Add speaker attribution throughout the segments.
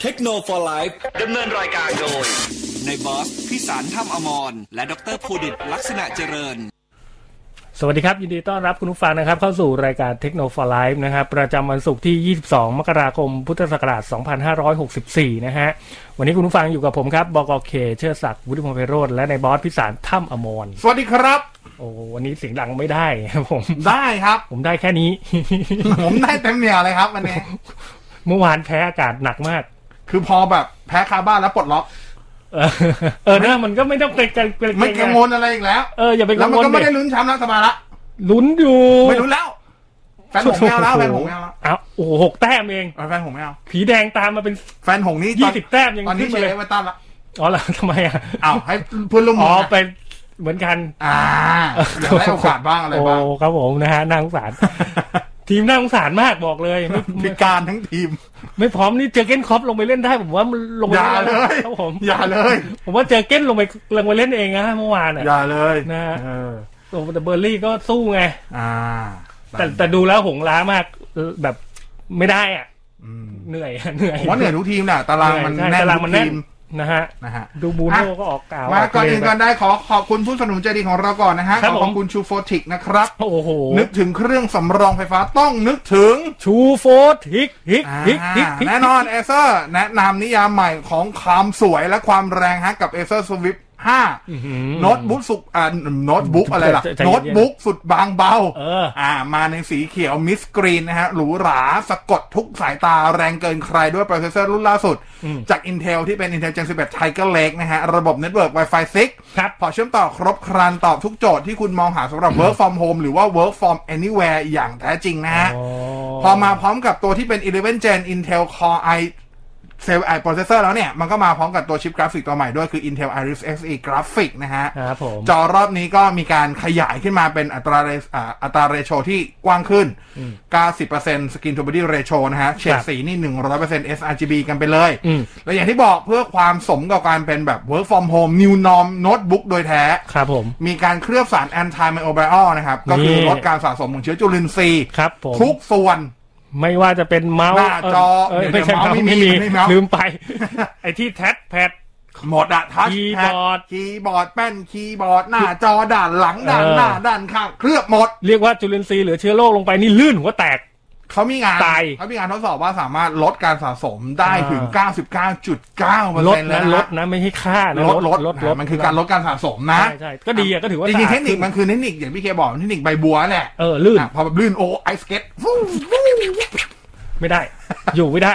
Speaker 1: เทคโนโลยีไลฟ์
Speaker 2: ดำเนินรายการโดย
Speaker 1: ในบอสพิสารถ้ำอมร และดรภูดิตลักษณะเจริญ
Speaker 3: สวัสดีครับ ยินดีต้อนรับคุณผู้ฟังนะครับ เข้าสู่รายการ Techno for Life นะครับ ประจำวันศุกร์ที่ 22 มกราคม พุทธศักราช 2564 นะฮะ วันนี้คุณผู้ฟังอยู่กับผมครับบอกอเคเชิดศักดิ์วุฒิพงศ์ไพโรธและในบอสพิสารถ้ำอมร
Speaker 4: สวัสดีครับ
Speaker 3: โอ้วันนี้เสียงดังไม่ได้ครับผม
Speaker 4: ได้ครับ
Speaker 3: ผมได้แค่นี้
Speaker 4: ผมได้เต็มเหนียวเลยครับวันนี้
Speaker 3: เมื่อวานแพ้อากาศหนักมาก
Speaker 4: คือพอแบบแพ้คาบ้านแล้วปลดล็อก
Speaker 3: เออเออนะมันก็ไม่ต้องเกรงใจเกรงใจ
Speaker 4: ไม่กังวลอะไรอีกแล้ว
Speaker 3: เอออย่าไป
Speaker 4: แล้
Speaker 3: กั
Speaker 4: ว
Speaker 3: งวล
Speaker 4: มันก็ไม่ได้
Speaker 3: เด็
Speaker 4: ลุ้นแชมป์แล้วสบายละ
Speaker 3: ลุ้นอยู่
Speaker 4: ไม่ลุ้นแล้ว แฟนหงส์ไม่เอาแล้วแฟนหงส์ไม่เอาแล้ว
Speaker 3: อ้าวโอ้โหหกแต้มเอง
Speaker 4: เออแฟนหงส์ไม่เอา
Speaker 3: ผีแดงตามมาเป็น
Speaker 4: แฟนหงส์นี่ต
Speaker 3: ยี่
Speaker 4: อน
Speaker 3: สิบแต้มยัง
Speaker 4: ตอนนี้
Speaker 3: ขึ้นมาย
Speaker 4: เชี
Speaker 3: เล
Speaker 4: ร์
Speaker 3: ย
Speaker 4: เอเวอร์ตันละ
Speaker 3: อ๋อเหรอ ทำไมอ่ะ
Speaker 4: อ้าวให้เพื่อนร่วม
Speaker 3: อ๋
Speaker 4: งา
Speaker 3: อน เป็นเหมือนกัน
Speaker 4: อ่าอยากได้โอกาสบ้างอะไร
Speaker 3: โอ้
Speaker 4: บ้าง
Speaker 3: ครับผมนะฮะน่าสง สาร ทีมน่าสงสารมากบอกเลยไม่
Speaker 4: พิ
Speaker 3: ไม่
Speaker 4: การทั้งทีม
Speaker 3: ไม่พร้อมนี่เจอเก้นครอปลงไปเล่นได้ผมว่ามันลงไป
Speaker 4: อย่า
Speaker 3: เล่น
Speaker 4: เล
Speaker 3: ได้
Speaker 4: ย
Speaker 3: ครับผม
Speaker 4: อย่าเลย
Speaker 3: ผมว่าเจอเก้นลงไปลงไปเล่นเองนะเมื่อวานอ่ะ
Speaker 4: อย่าเลย
Speaker 3: นะ
Speaker 4: เออ
Speaker 3: โอ้แต่เบอร์ลี่ก็สู้ไง
Speaker 4: อ่า
Speaker 3: แต่แต่ดูแล้วหงล้ามากเออแบบไม่ได้อ่ะ
Speaker 4: อืม
Speaker 3: เหนื่อยอะเหนื่อย
Speaker 4: ผมว่าเหนื่อยทุกทีมแหละตารางมัน
Speaker 3: ใช่
Speaker 4: แน่น
Speaker 3: ตาราง
Speaker 4: ทุ
Speaker 3: มัน
Speaker 4: ก
Speaker 3: แน่
Speaker 4: ที
Speaker 3: น
Speaker 4: ม
Speaker 3: นะฮะ
Speaker 4: นะฮะ
Speaker 3: ดูบูโน่ก็ออกกล่าว
Speaker 4: มาก่อน
Speaker 3: เล
Speaker 4: อื่
Speaker 3: ย
Speaker 4: นก่อนได้ขอขอบคุณผู้สนับสนุนใจดีของเราก่อนนะฮะ
Speaker 3: ครับ
Speaker 4: ขอ
Speaker 3: ผ
Speaker 4: ข
Speaker 3: ม
Speaker 4: อบคุณชูโฟติกนะครับ
Speaker 3: โอ้โห
Speaker 4: นึกถึงเครื่องสำรองไฟฟ้าต้องนึกถึง
Speaker 3: ชูโฟร์ฮิกฮิกฮิกฮิกฮิก
Speaker 4: แน่นอนเอเซอร์แนะนำนิยามใหม่ของความสวยและความแรงฮะกับเอเซอร์สวิฟ
Speaker 3: อื้อหือ
Speaker 4: 5โน้ตบุ๊กสุดอ่าโน้ตบุ๊กอะไรล่ะ
Speaker 3: ใจเย็น
Speaker 4: โน้ตบุ๊กสุดบางเบา
Speaker 3: เออ
Speaker 4: อ่ามาในสีเขียวมิสกรีนนะฮะ หรูหราสะกดทุกสายตาแรงเกินใครด้วยโปรเซสเซอร์รุ่นล่าสุด
Speaker 3: อืม
Speaker 4: จาก Intel ที่เป็น Intel Gen 11 Tiger Lake นะฮะ ระบบเน็ตเวิร์ก Wi-Fi 6
Speaker 3: ครับ
Speaker 4: พอเชื่อมต่อครบครันตอบทุกโจทย์ที่คุณมองหาสำหรับ Work from Home หรือว่า Work from Anywhere อย่างแท้จริงนะฮะ
Speaker 3: อ๋อ
Speaker 4: พอมาพร้อมกับตัวที่เป็น 11 Gen Intel Core i เซลล์ไอโปรเซสเซอร์แล้วเนี่ย มันก็มาพร้อมกับตัวชิปกราฟิกตัวใหม่ด้วยคือ Intel Iris Xe Graphic นะฮะ
Speaker 3: ครับผม
Speaker 4: จอรอบนี้ก็มีการขยายขึ้นมาเป็นอัตราเรอ่าอัตราเรโชที่กว้างขึ้น 90% Skin to Body Ratio นะฮะ เฉดสีนี่ 100% sRGB กันไปเลย
Speaker 3: อืม
Speaker 4: แล้วอย่างที่บอกเพื่อความสมกับการเป็นแบบ Work from Home New Norm Notebook โดยแท้
Speaker 3: ครับผม
Speaker 4: มีการเคลือบสาร anti microbial นะครับ ก็คือลดการสะสมของเชื้อจุลินทรีย์
Speaker 3: ครับผม
Speaker 4: ทุกส่วน
Speaker 3: ไม่ว่าจะเป็นเมาส์
Speaker 4: หน้าจอ
Speaker 3: เเย
Speaker 4: เดี๋
Speaker 3: ไม่
Speaker 4: ยว
Speaker 3: ใช่เมาส์ไม่
Speaker 4: เมาส์ไม่มี
Speaker 3: มี
Speaker 4: ไม่มีเมาส์
Speaker 3: ลืมไป ไอ้ที่แท็บแพด
Speaker 4: หมดอะทัช
Speaker 3: คีย์บอร์ด
Speaker 4: คีย์บอร์ดแป้นคีย์บอร์ดหน้าจอด้านหลังด้านหน้าด้านข้างเคลือบหมด
Speaker 3: เรียกว่าจุลินทรีย์หรือเชื้อโรคลงไปนี่ลื่นหัวแตก
Speaker 4: เขามีงาน
Speaker 3: ตาย
Speaker 4: เขามีงานทดสอบว่าสามารถลดการสะสมได้ถึง 99.9เปอร์
Speaker 3: ลด
Speaker 4: เซ็นต์
Speaker 3: นะ
Speaker 4: แล้ว
Speaker 3: ลดนะไม่ให้ฆ่านะ
Speaker 4: ลดลด
Speaker 3: ล
Speaker 4: ล
Speaker 3: ด
Speaker 4: ด
Speaker 3: ลด
Speaker 4: มันคือการลดการสะสมนะ
Speaker 3: ใช่ใช่ก็ดีอะก็ถือว่า
Speaker 4: จริง
Speaker 3: สะอาด
Speaker 4: ๆเทคนิคมันคือเทคนิคอย่างพี่เคบอกเทคนิคใบบัวแหละ
Speaker 3: เออลื่น
Speaker 4: อ่ะพอแบบลื่นโอ้ไอสเก็ตฟู
Speaker 3: ไม่ได้ อยู่ไม่ได้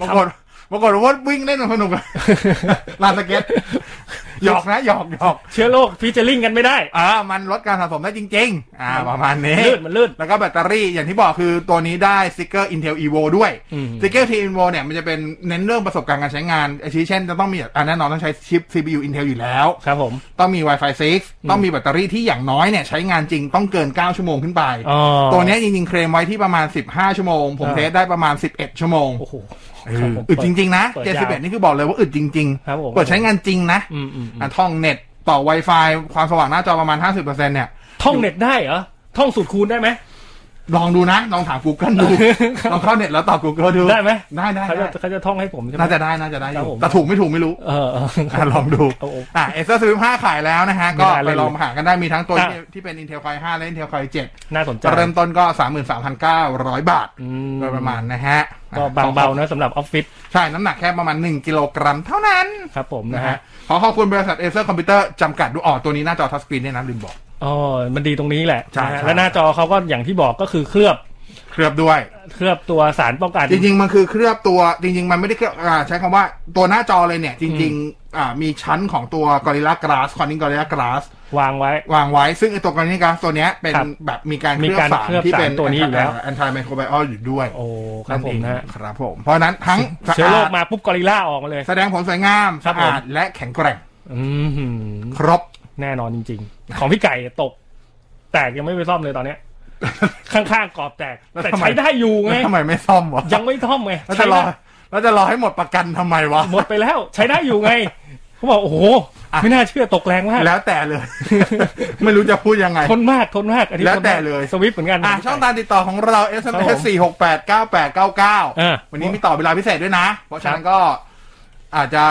Speaker 4: ปรากฏปรากฏว่าวิ่งเล่นมันสนุกอะลานสเก็ตหยอกนะหยอกหยอก
Speaker 3: เชื้อโรคฟีเจอริ่งกันไม่ได้
Speaker 4: อ่ามันลดการสะสมได้จริง ๆ อ่า ประมาณนี้
Speaker 3: ลื่นมันลื่น
Speaker 4: แล้วก็แบตเตอรี่อย่างที่บอกคือตัวนี้ได้สติกเกอร์ Intel Evo ด้วย
Speaker 3: อืม
Speaker 4: สติกเกอร์ Intel Evo เนี่ยมันจะเป็นเน้นเรื่องประสบการณ์การใช้งานอาทิเช่นจะต้องมีอันแน่นอนต้องใช้ชิป CPU Intel อยู่แล้ว
Speaker 3: ครับผม
Speaker 4: ต้องมี Wi-Fi 6 ต้องมีแบตเตอรี่ที่อย่างน้อยเนี่ยใช้งานจริงต้องเกิน 9 ชั่วโมงขึ้นไป
Speaker 3: อ๋อ
Speaker 4: ตัวเนี้ยจริงๆ เคลมไว้ที่ประมาณ 15 ชั่วโมง ผม
Speaker 3: อ่า
Speaker 4: เทสได้ประมาณ 11 ชั่วโมง
Speaker 3: โอ้โห
Speaker 4: เอ
Speaker 3: ครับ
Speaker 4: อ
Speaker 3: ผม
Speaker 4: อึดจริง ๆ นะ
Speaker 3: เปิด
Speaker 4: เจ
Speaker 3: ยาว
Speaker 4: สิบเอ็ดนี่คือบอกเลยว่าอึดจริง
Speaker 3: ครับผม
Speaker 4: เปิดใช้งานจริงนะ
Speaker 3: อืมอืมอืม
Speaker 4: อ่ะท่องเน็ตต่อ Wi-Fi ความสว่างหน้าจอประมาณ 50%เนี่ย
Speaker 3: ท่องเน็ตได้เหรอท่องสูตรคูณได้ไหม
Speaker 4: ลองดูนะลองถาม Google ดูลองเข้าเน็ตแล้วตอบ Google ดู
Speaker 3: ได้ไหม
Speaker 4: ได้ได้
Speaker 3: เขา
Speaker 4: ได้
Speaker 3: จะเขาจะท่องให้ผมใช่ไหม
Speaker 4: น่าจะได้น่าจะได้อ
Speaker 3: ครับผ
Speaker 4: ยู่
Speaker 3: ม
Speaker 4: แต่ถูกไม่ถูกไม่รู้
Speaker 3: เออเออ
Speaker 4: อ่ะลองดู
Speaker 3: โอ้โห
Speaker 4: อ่ะเอเซอร์ซีห้าขายแล้วนะฮะ
Speaker 3: ไม่
Speaker 4: ก็
Speaker 3: น่าเล่น
Speaker 4: ไปลองหากันได้มีทั้งตัว
Speaker 3: อ่ะ
Speaker 4: ที่ที่เป็น Intel Core 5 และ Intel Core 7
Speaker 3: น่าสนใจ
Speaker 4: จะเริ่มต้นก็ 33,900 บาท
Speaker 3: อื
Speaker 4: โดยประมาณนะฮะ
Speaker 3: ก็บางเบานะสำหรับออฟฟิศ
Speaker 4: ใช่น้ำหนักแค่ประมาณ 1 กิโลกรัมเท่านั้น
Speaker 3: ครับผม
Speaker 4: นะ
Speaker 3: นะฮะ
Speaker 4: ฮะขอขอบคุณบริษัทเอเซอร์คอมพิวเตอร์จำกัดดูออกตัวนี้หน้าจอทัชสกรีนเนี่ยนะลืมบอก
Speaker 3: อ๋อ มันดีตรงนี้แหละ
Speaker 4: ใช่
Speaker 3: นะฮะ
Speaker 4: ใช่
Speaker 3: แล้วหน้าจอเขาก็อย่างที่บอกก็คือเคลือบ
Speaker 4: เคลือบด้วย
Speaker 3: เคลือบตัวสารป้องกัน
Speaker 4: จริง ๆ มันคือเคลือบตัวจริง ๆ มันไม่ได้เคลือบอ่าใช้คำว่าตัวหน้าจอเลยเนี่ย จริง ๆ อ่ามีชั้นของตัวกอริลลากราสคอนนิ่งกอริลลากราส
Speaker 3: วางไว้
Speaker 4: วางไว้ซึ่งไอ้ตัวกรณีกราฟตัวเนี้ยเป็น
Speaker 3: ครับ
Speaker 4: แบบมีการเคลื
Speaker 3: มี
Speaker 4: อบ
Speaker 3: การ
Speaker 4: สาร
Speaker 3: เคลือบ
Speaker 4: ที่เป็น
Speaker 3: สารตัวนี้อยู่แล้ว
Speaker 4: แอนตี้ไมโครไบออลอยู่ด้วย
Speaker 3: โอ้ ครับผมนะฮะ
Speaker 4: เองครับผม เพราะฉะนั้นทั้งสะ
Speaker 3: เชื้อโร
Speaker 4: อา
Speaker 3: ค
Speaker 4: ด
Speaker 3: มาปุ๊บกอริลล่าออกมาเลย
Speaker 4: แสดงผลสวยงาม
Speaker 3: ครับ
Speaker 4: สะ
Speaker 3: ผม
Speaker 4: อาดและแข็งแกร่ง
Speaker 3: อืมหืม
Speaker 4: ครบ
Speaker 3: แน่นอนจริง ๆ ของพี่ไก่ตก แตกยังไม่ไปซ่อมเลยตอนเนี้ย ข้างๆกรอบแตก
Speaker 4: แล้ว
Speaker 3: แต่
Speaker 4: ทำไม
Speaker 3: ใช้ได้อยู่ไง
Speaker 4: แล้วทำไมไม่ซ่อมวะ
Speaker 3: ยังไม่ท่อมไง
Speaker 4: แล้ว
Speaker 3: ใช้
Speaker 4: จะรอ
Speaker 3: ได้
Speaker 4: แล้วจะรอให้หมดประกันทำไมวะ
Speaker 3: หมดไปแล้ว ใช้ได้อยู่ไง เขาบอกโอ้โห
Speaker 4: อ่ะ
Speaker 3: ไม่น่าเชื่อตกแรงมาก
Speaker 4: แล้วแต่เลย ไม่รู้จะพูดยังไง
Speaker 3: ทนมากทนมากอันนี้
Speaker 4: แล้วแต่
Speaker 3: ทนมาก
Speaker 4: เลย
Speaker 3: สวิฟต์เหมือนกัน
Speaker 4: อ่ะช่องทางติดต่อของเรา
Speaker 3: ครับผ
Speaker 4: SMS
Speaker 3: ม
Speaker 4: 4 6 8 9 8 9
Speaker 3: อ่า
Speaker 4: 9 วันนี้มีต่อเวลาพิเศษด้วยนะ เพราะฉะนั้นก็อาจจะ